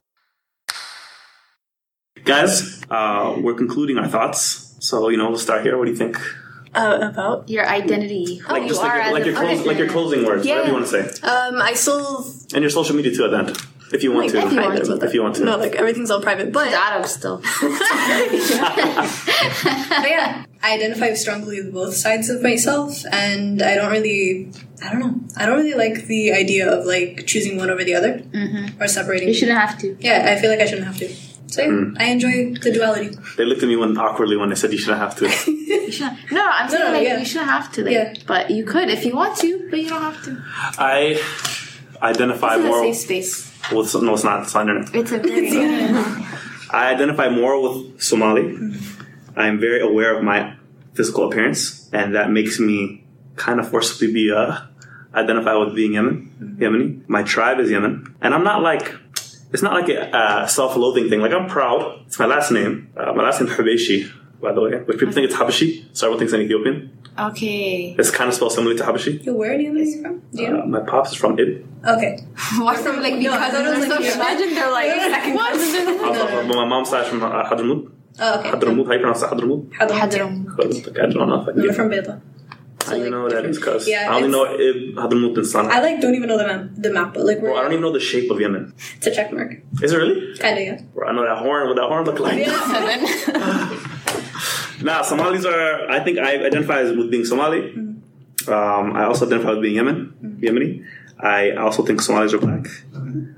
B: Guys, uh, we're concluding our thoughts. So you know, we'll start here. What do you think?
D: uh, about
C: Your identity. Who
B: Like
C: Oh, you
B: just
C: are
B: like, your-
C: as
B: like your close, like
C: a person.
B: your closing words. Whatever
D: Yeah.
B: you want to say,
D: Um, I still
B: and your social media too at the end, if you want to.
D: if you want to,
B: If you want to.
D: No, like everything's all private. But, [laughs]
C: It's Arab still.
D: but yeah, I identify strongly with both sides of myself, and I don't really, I don't know, I don't really like the idea of like choosing one over the other or separating.
C: You shouldn't have to.
D: Yeah, I feel like I shouldn't have to. So yeah,
B: Hmm.
D: I enjoy the duality.
B: They looked at me one awkwardly when I said you shouldn't have
C: [laughs]
B: to.
C: You shouldn't. No, I'm saying
D: no,
C: like
D: yeah.
C: you shouldn't have to. Like,
D: Yeah.
C: But you could if you want to, but you don't have to.
B: I identify
C: It's a
B: more
C: safe space.
B: with some- no, it's not. It's not internet.
C: It's [laughs] a very
B: I identify more with Somali. I am very aware of my physical appearance, and that makes me kind of forcibly be uh, identify with being Yemen, Yemeni. My tribe is Yemen, and I'm not like it's not like a uh, self-loathing thing. Like I'm proud. It's my last name. Uh, my last name Habeshi, by the way, which people think it's Habashi, so everyone thinks I'm Ethiopian.
C: okay.
B: It's kind of spelled similarly to Habashi.
D: Yo, where are the others from? Do you know?
B: Uh, my pops is from Ib.
D: [laughs] okay.
C: What from like
D: No, I
C: because
D: thought it was like
C: social-
D: your-
E: Imagine they're
C: [laughs]
E: like
D: [laughs]
E: second cousins.
B: Uh, [laughs] but my mom's side from uh, Hadramout.
D: Oh, okay.
B: Hadramout. How you pronounce it? Hadramout?
D: Hadram.
B: I don't know if I can
D: They're
B: get
D: from Beta.
B: I don't know what that is, cuz.
D: Yeah,
B: I only know
D: it's-
B: Ib Hadramut and Sana.
D: I like don't even know the map. The map, but like we're
B: Bro, I don't even know the shape of Yemen.
D: it's a check mark.
B: Is it really?
D: Kind of yeah.
B: Bro, I know that horn. What that horn look like? nah, Somalis are. I think I identify as with being Somali.
D: Mm.
B: Um, I also identify with being Yemen, Yemeni. I also think Somalis are black.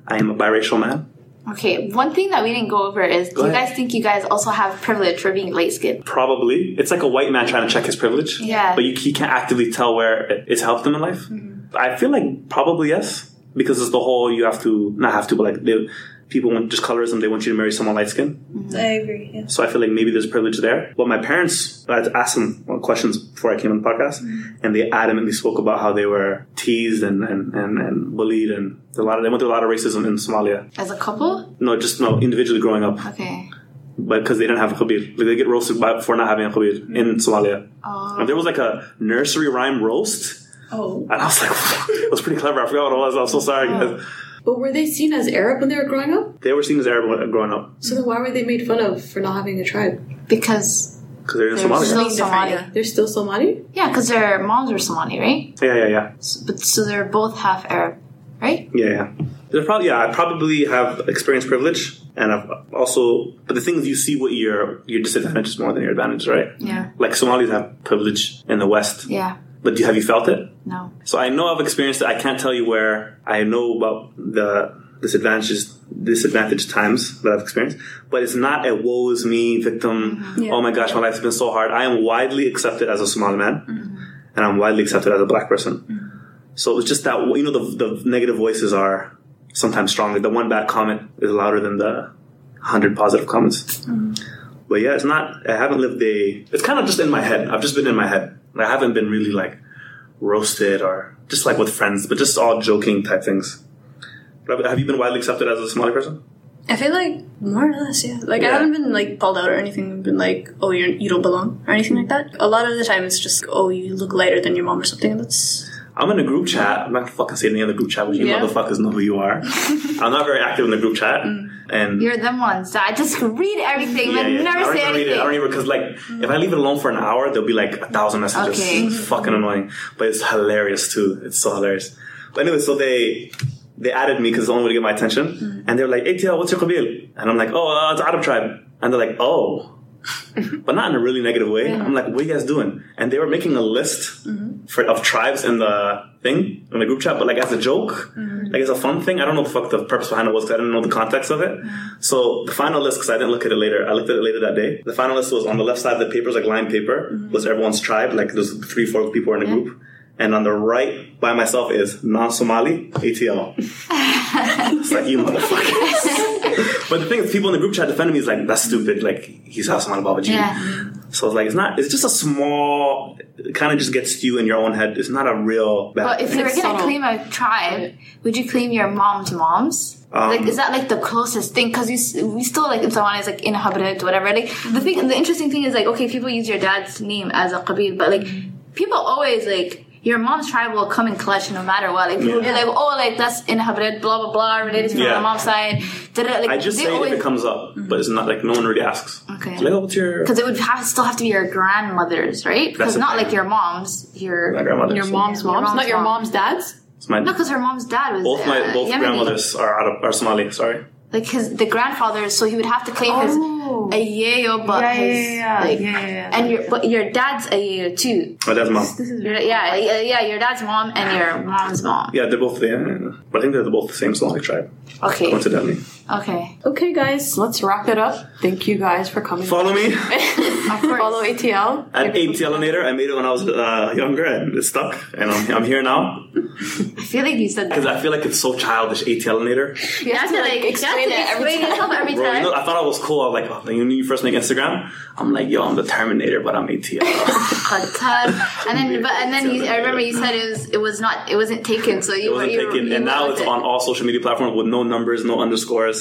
B: I am a biracial man.
C: Okay, one thing that we didn't go over is do you
B: ahead.
C: guys think you guys also have privilege for being light skinned?
B: Probably, it's like a white man trying to check his privilege.
C: Yeah.
B: but you, he can't actively tell where it- it's helped him in life.
D: Mm-hmm.
B: I feel like probably yes, because it's the whole you have to not have to, but like they, people want just colorism. They want you to marry someone light skinned
D: I agree. Yeah.
B: So I feel like maybe there's privilege there. But my parents, I had asked them questions before I came on the podcast, and they adamantly spoke about how they were teased and, and, and, and bullied, and a lot of, they went through a lot of racism in Somalia.
C: As a couple?
B: No, just no, individually growing up,
C: Okay.
B: but because they didn't have a khabir. Like, they get roasted by, for not having a khabir in Somalia. And there was like a nursery rhyme roast,
D: Oh,
B: and I was like, [laughs] it was pretty clever. I forgot what it was. I'm so sorry, guys.
E: But were they seen as Arab when they were growing up?
B: They were seen as Arab when- growing up
E: So then why were they made fun of for not having a tribe?
C: Because
B: because they're in
C: they're
B: Somalia.
C: still
D: Something different,
C: Somali.
E: They're still Somali?
C: Yeah, because their moms were Somali, right?
B: Yeah, yeah, yeah.
C: So, but so they're both half Arab, right?
B: Yeah, yeah. There's probably yeah, I probably have experienced privilege, and I've also. But the thing is, you see what your your disadvantage is more than your advantage, right?
C: Yeah.
B: Like Somalis have privilege in the West,
C: Yeah.
B: but do, have you felt it?
C: No.
B: So I know I've experienced it. I can't tell you where. I know about the disadvantages, disadvantage times that I've experienced, but it's not a woe is me victim. Oh my gosh, my life's been so hard. I am widely accepted as a Somali man, and I'm widely accepted as a black person. So it's just that you know the, the negative voices are sometimes stronger. The one bad comment is louder than the hundred positive comments. But yeah, it's not. I haven't lived a. It's kind of just in my head. I've just been in my head. I haven't been really like roasted or just like with friends, but just all joking type things. Have have you been widely accepted as a Somali person?
D: I feel like more or less, yeah. Like I
B: Yeah.
D: haven't been like called out or anything. and Been like, oh, you're you don't belong or anything like that. A lot of the time, it's just, oh, you look lighter than your mom or something. and That's
B: I'm in a group chat. I'm not gonna fucking saying any other group chat, but you
E: Yeah.
B: motherfuckers know who you are. I'm not very active in the group chat, and
C: You're them ones that I just read everything
B: yeah,
C: but
B: yeah. I
C: never
B: don't
C: say
B: even read it. I don't
C: anything.
B: even because like if I leave it alone for an hour, there'll be like a thousand messages.
C: Okay.
B: It's fucking annoying, but it's hilarious too. It's so hilarious. But anyway, so they they added me because it's the only way to get my attention,
C: Mm.
B: and they're like, "Hey, Tia, what's your qabil?" And I'm like, "Oh, uh, it's Arab tribe," and they're like, "Oh." But not in a really negative way. I'm like, what are you guys doing? And they were making a list for, of tribes in the thing, in the group chat, but like as a joke, like it's a fun thing. I don't know what the fuck the purpose behind it was because I didn't know the context of it. So the final list, because I didn't look at it later, I looked at it later that day. The final list was on the left side of the paper, it was like lined paper, was everyone's tribe, like there's three, four people in a group. And on the right by myself is non Somali ATL. it's like, you motherfuckers. [laughs] but the thing is, people in the group chat defending me is like, that's stupid. Like, he's half Somali Babaji.
C: Yeah.
B: So it's like it's not. It's just a small. It kind of just gets you in your own head. It's not a real. Bad
C: But if
B: thing.
C: you were gonna
E: subtle.
C: claim a tribe, would you claim your mom to moms?
B: Um,
C: like, is that like the closest thing? Because we, s- we still like if someone is like inhabited, whatever. Like the thing, the interesting thing is like okay, people use your dad's name as a qabil, but like people always like. Your mom's tribe will come in clutch no matter what. Like people
B: Yeah.
C: be like, oh, like that's inhabited, blah blah blah, related from
B: Yeah.
C: my mom's side. Da, da, like,
B: I just
C: they
B: say it
C: always- Mm-hmm.
B: if it comes up, but it's not like no one really asks.
C: Okay.
B: It's like, oh, what's your
C: Because it would have, still have to be your grandmother's, right?
B: That's
C: Because
B: the
C: not
B: thing.
C: like your mom's. Your
B: my grandmother?
E: Your mom's
C: Your
E: mom's,
C: mom's
E: not your
C: mom.
E: mom's dad's.
B: It's my
C: no, because her mom's dad was
B: both my
C: uh,
B: both
C: Yemeni.
B: grandmothers are out of are Somali. Sorry.
C: Like his the grandfather, so he would have to claim
E: Oh.
C: his ayeyo, but
E: Yeah, yeah,
C: his
E: yeah,
C: like,
E: yeah, yeah, yeah.
C: and your but your dad's ayeyo too.
B: My dad's mom.
C: Your, yeah, yeah, yeah, your dad's mom and your mom's mom.
B: Yeah, they're both there. But I think they're both the same Somali tribe.
C: Okay,
B: Coincidentally.
C: okay.
E: Okay, guys, let's wrap it up. Thank you guys for coming.
B: Follow me
C: Of course.
E: [laughs] Follow
C: [laughs]
E: ATL.
B: at ATLinator. E I made it when I was uh, younger and it's stuck, and I'm, I'm here now
C: I feel like you said that.
B: because I feel like it's so childish. ATLinator.
C: You have to like explain, you have to explain yourself every
B: Bro, you
C: time.
B: know, I thought I was cool. I was like, oh, when you first make Instagram, I'm like, yo, I'm the Terminator, but I'm
C: [laughs]
B: ATL.
C: Qatar. and then but and then you, I remember you said it was it was not it wasn't taken, so you
B: it
C: were
B: wasn't
C: you, were-
B: taken,
C: you
B: and now
C: loved
B: it's
C: it.
B: on all social media platforms with no numbers, no
C: [laughs]
B: underscores.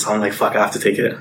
B: so I'm like, fuck, I have to take it.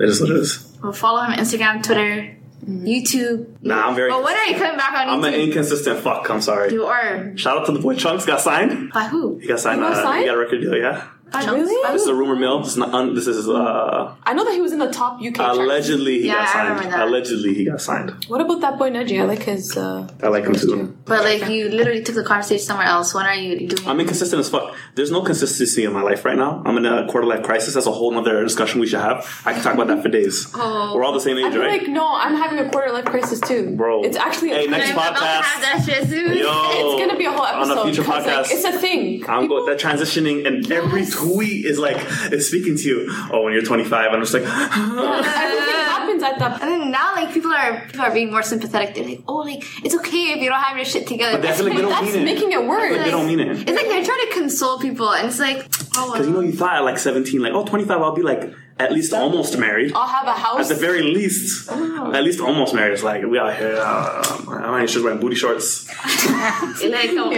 B: It is what it is.
C: Well, follow him on Instagram, Twitter, YouTube.
B: Nah, I'm very.
C: But when are you coming back on
B: I'm an
C: YouTube?
B: inconsistent fuck. I'm sorry.
C: you are
B: Shout out to the boy Chunks. Got signed.
C: by who?
B: He got signed.
E: got
B: uh, He
E: signed?
B: got a record deal. Yeah.
E: Really?
B: This is a rumor mill. This is not. Un- this is uh,
E: I know that he was in the top UK. charts.
B: allegedly he
C: Yeah,
B: got
C: I
B: signed.
C: remember that.
B: Allegedly he got signed.
E: What about that boy Neji? I like his. Uh,
B: I like him too.
C: But like you literally took the conversation somewhere else. When are you doing?
B: I'm inconsistent as fuck. There's no consistency in my life right now. I'm in a quarter life crisis. That's a whole other discussion we should have. I can talk about that for days. We're all the same
E: Oh. I
B: age,
E: feel
B: right?
E: like no, I'm having a quarter life crisis too,
B: Bro.
E: It's actually
B: Hey, next
C: I'm about to
B: podcast.
C: have that shit soon.
B: Yo,
E: it's gonna be a whole
B: on a
E: episode.
B: future
E: 'cause, like,
B: podcast.
E: it's a thing.
B: I'm going. That transitioning and every tweet is like it's speaking to you. Oh, when you're 25, I'm just like, [gasps]
E: Everything happens at that.
C: And then now, like people are people are being more sympathetic. They're like, oh, like it's okay if you don't have your shit together.
B: but I feel like they don't
E: That's
B: mean it.
E: making it worse.
B: They don't mean it.
C: [laughs] it's like they're trying to console people, and it's like, oh,
B: Because you know, you thought at like 17, like, oh, 25, I'll be like at least almost married.
E: I'll have a
B: At
E: house.
B: the very least, at least almost married. It's like we out here. Uh, I'm just wearing booty shorts.
C: [laughs] like, oh.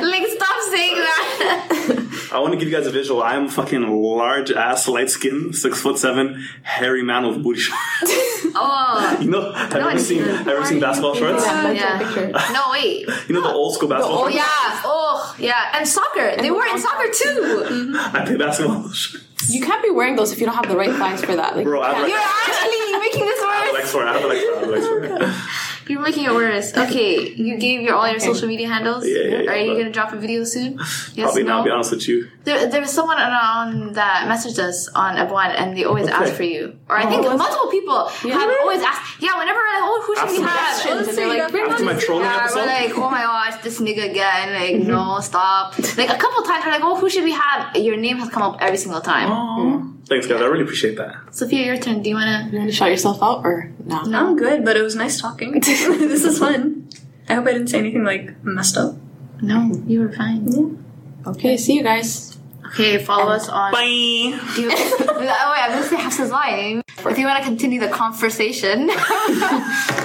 C: [laughs] like stop saying that.
B: I want to give you guys a visual. I am fucking large ass, light skin, six foot seven, hairy man with booty shorts. [laughs]
C: Oh
B: You know, have you
C: I
B: ever seen
C: didn't.
B: have you ever seen basketball shorts?
E: Yeah, mental
C: Yeah.
E: picture.
C: no, wait.
B: You know the old school basketball
C: Oh
B: shorts.
C: yeah, oh yeah, and soccer. They were in soccer Mm-hmm. too.
B: I play basketball shorts.
E: You can't be wearing those if you don't have the right thighs for that. Like,
B: Bro, I have
E: you
B: like,
C: You're
B: I
C: actually making this
B: have
C: worse.
B: like swear, I have like swear, I have like swear.
C: You're making it worse.
B: [laughs]
C: Okay, you gave your all your social media handles.
B: Yeah, yeah, yeah,
C: Are you
B: but-
C: gonna drop a video
B: [laughs]
C: soon? Yes,
B: Probably not.
C: no.
B: I'll Be honest with you.
C: There, there was someone on that messaged us on Abuan, and they always ask for you. Or I think
B: Oh,
C: multiple people have always asked. Yeah, whenever we're like, oh, who should we
B: Absolutely.
C: have?
E: Questions, and they're like, bring
B: After my trolling
C: Yeah,
B: episode, Mm-hmm.
C: we're like, oh my gosh, this nigga again. Like, no, stop. Like a couple times, we're like, oh, who should we have? Your name has come up every single time.
B: Oh. thanks guys. I really appreciate that.
C: Sophia, your turn. Do you wanna?
E: You want to shout yourself out or no?
D: I'm good, but it was nice talking. [laughs] this is fun. I hope I didn't say anything like messed up.
C: No, you were fine.
E: Okay, see you guys.
C: Okay, follow us on.
B: Bye.
C: Do [laughs] you, oh wait, I'm gonna say Hafsa's line. If you want to continue the conversation, [laughs]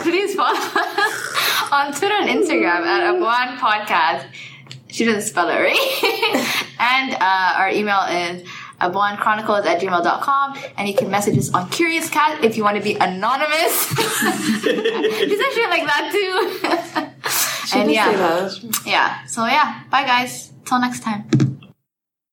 C: please follow us on Twitter and Instagram at Abuan Podcast. She doesn't spell it right. [laughs] and uh, our email is abuanchronicles at gmail.com. And you can message us on Curious Cat [laughs] if you want to be anonymous. she said shit like that too. [laughs]
E: She
C: And
E: did
C: yeah.
E: say that.
C: Yeah. So yeah. Bye guys. Till next time.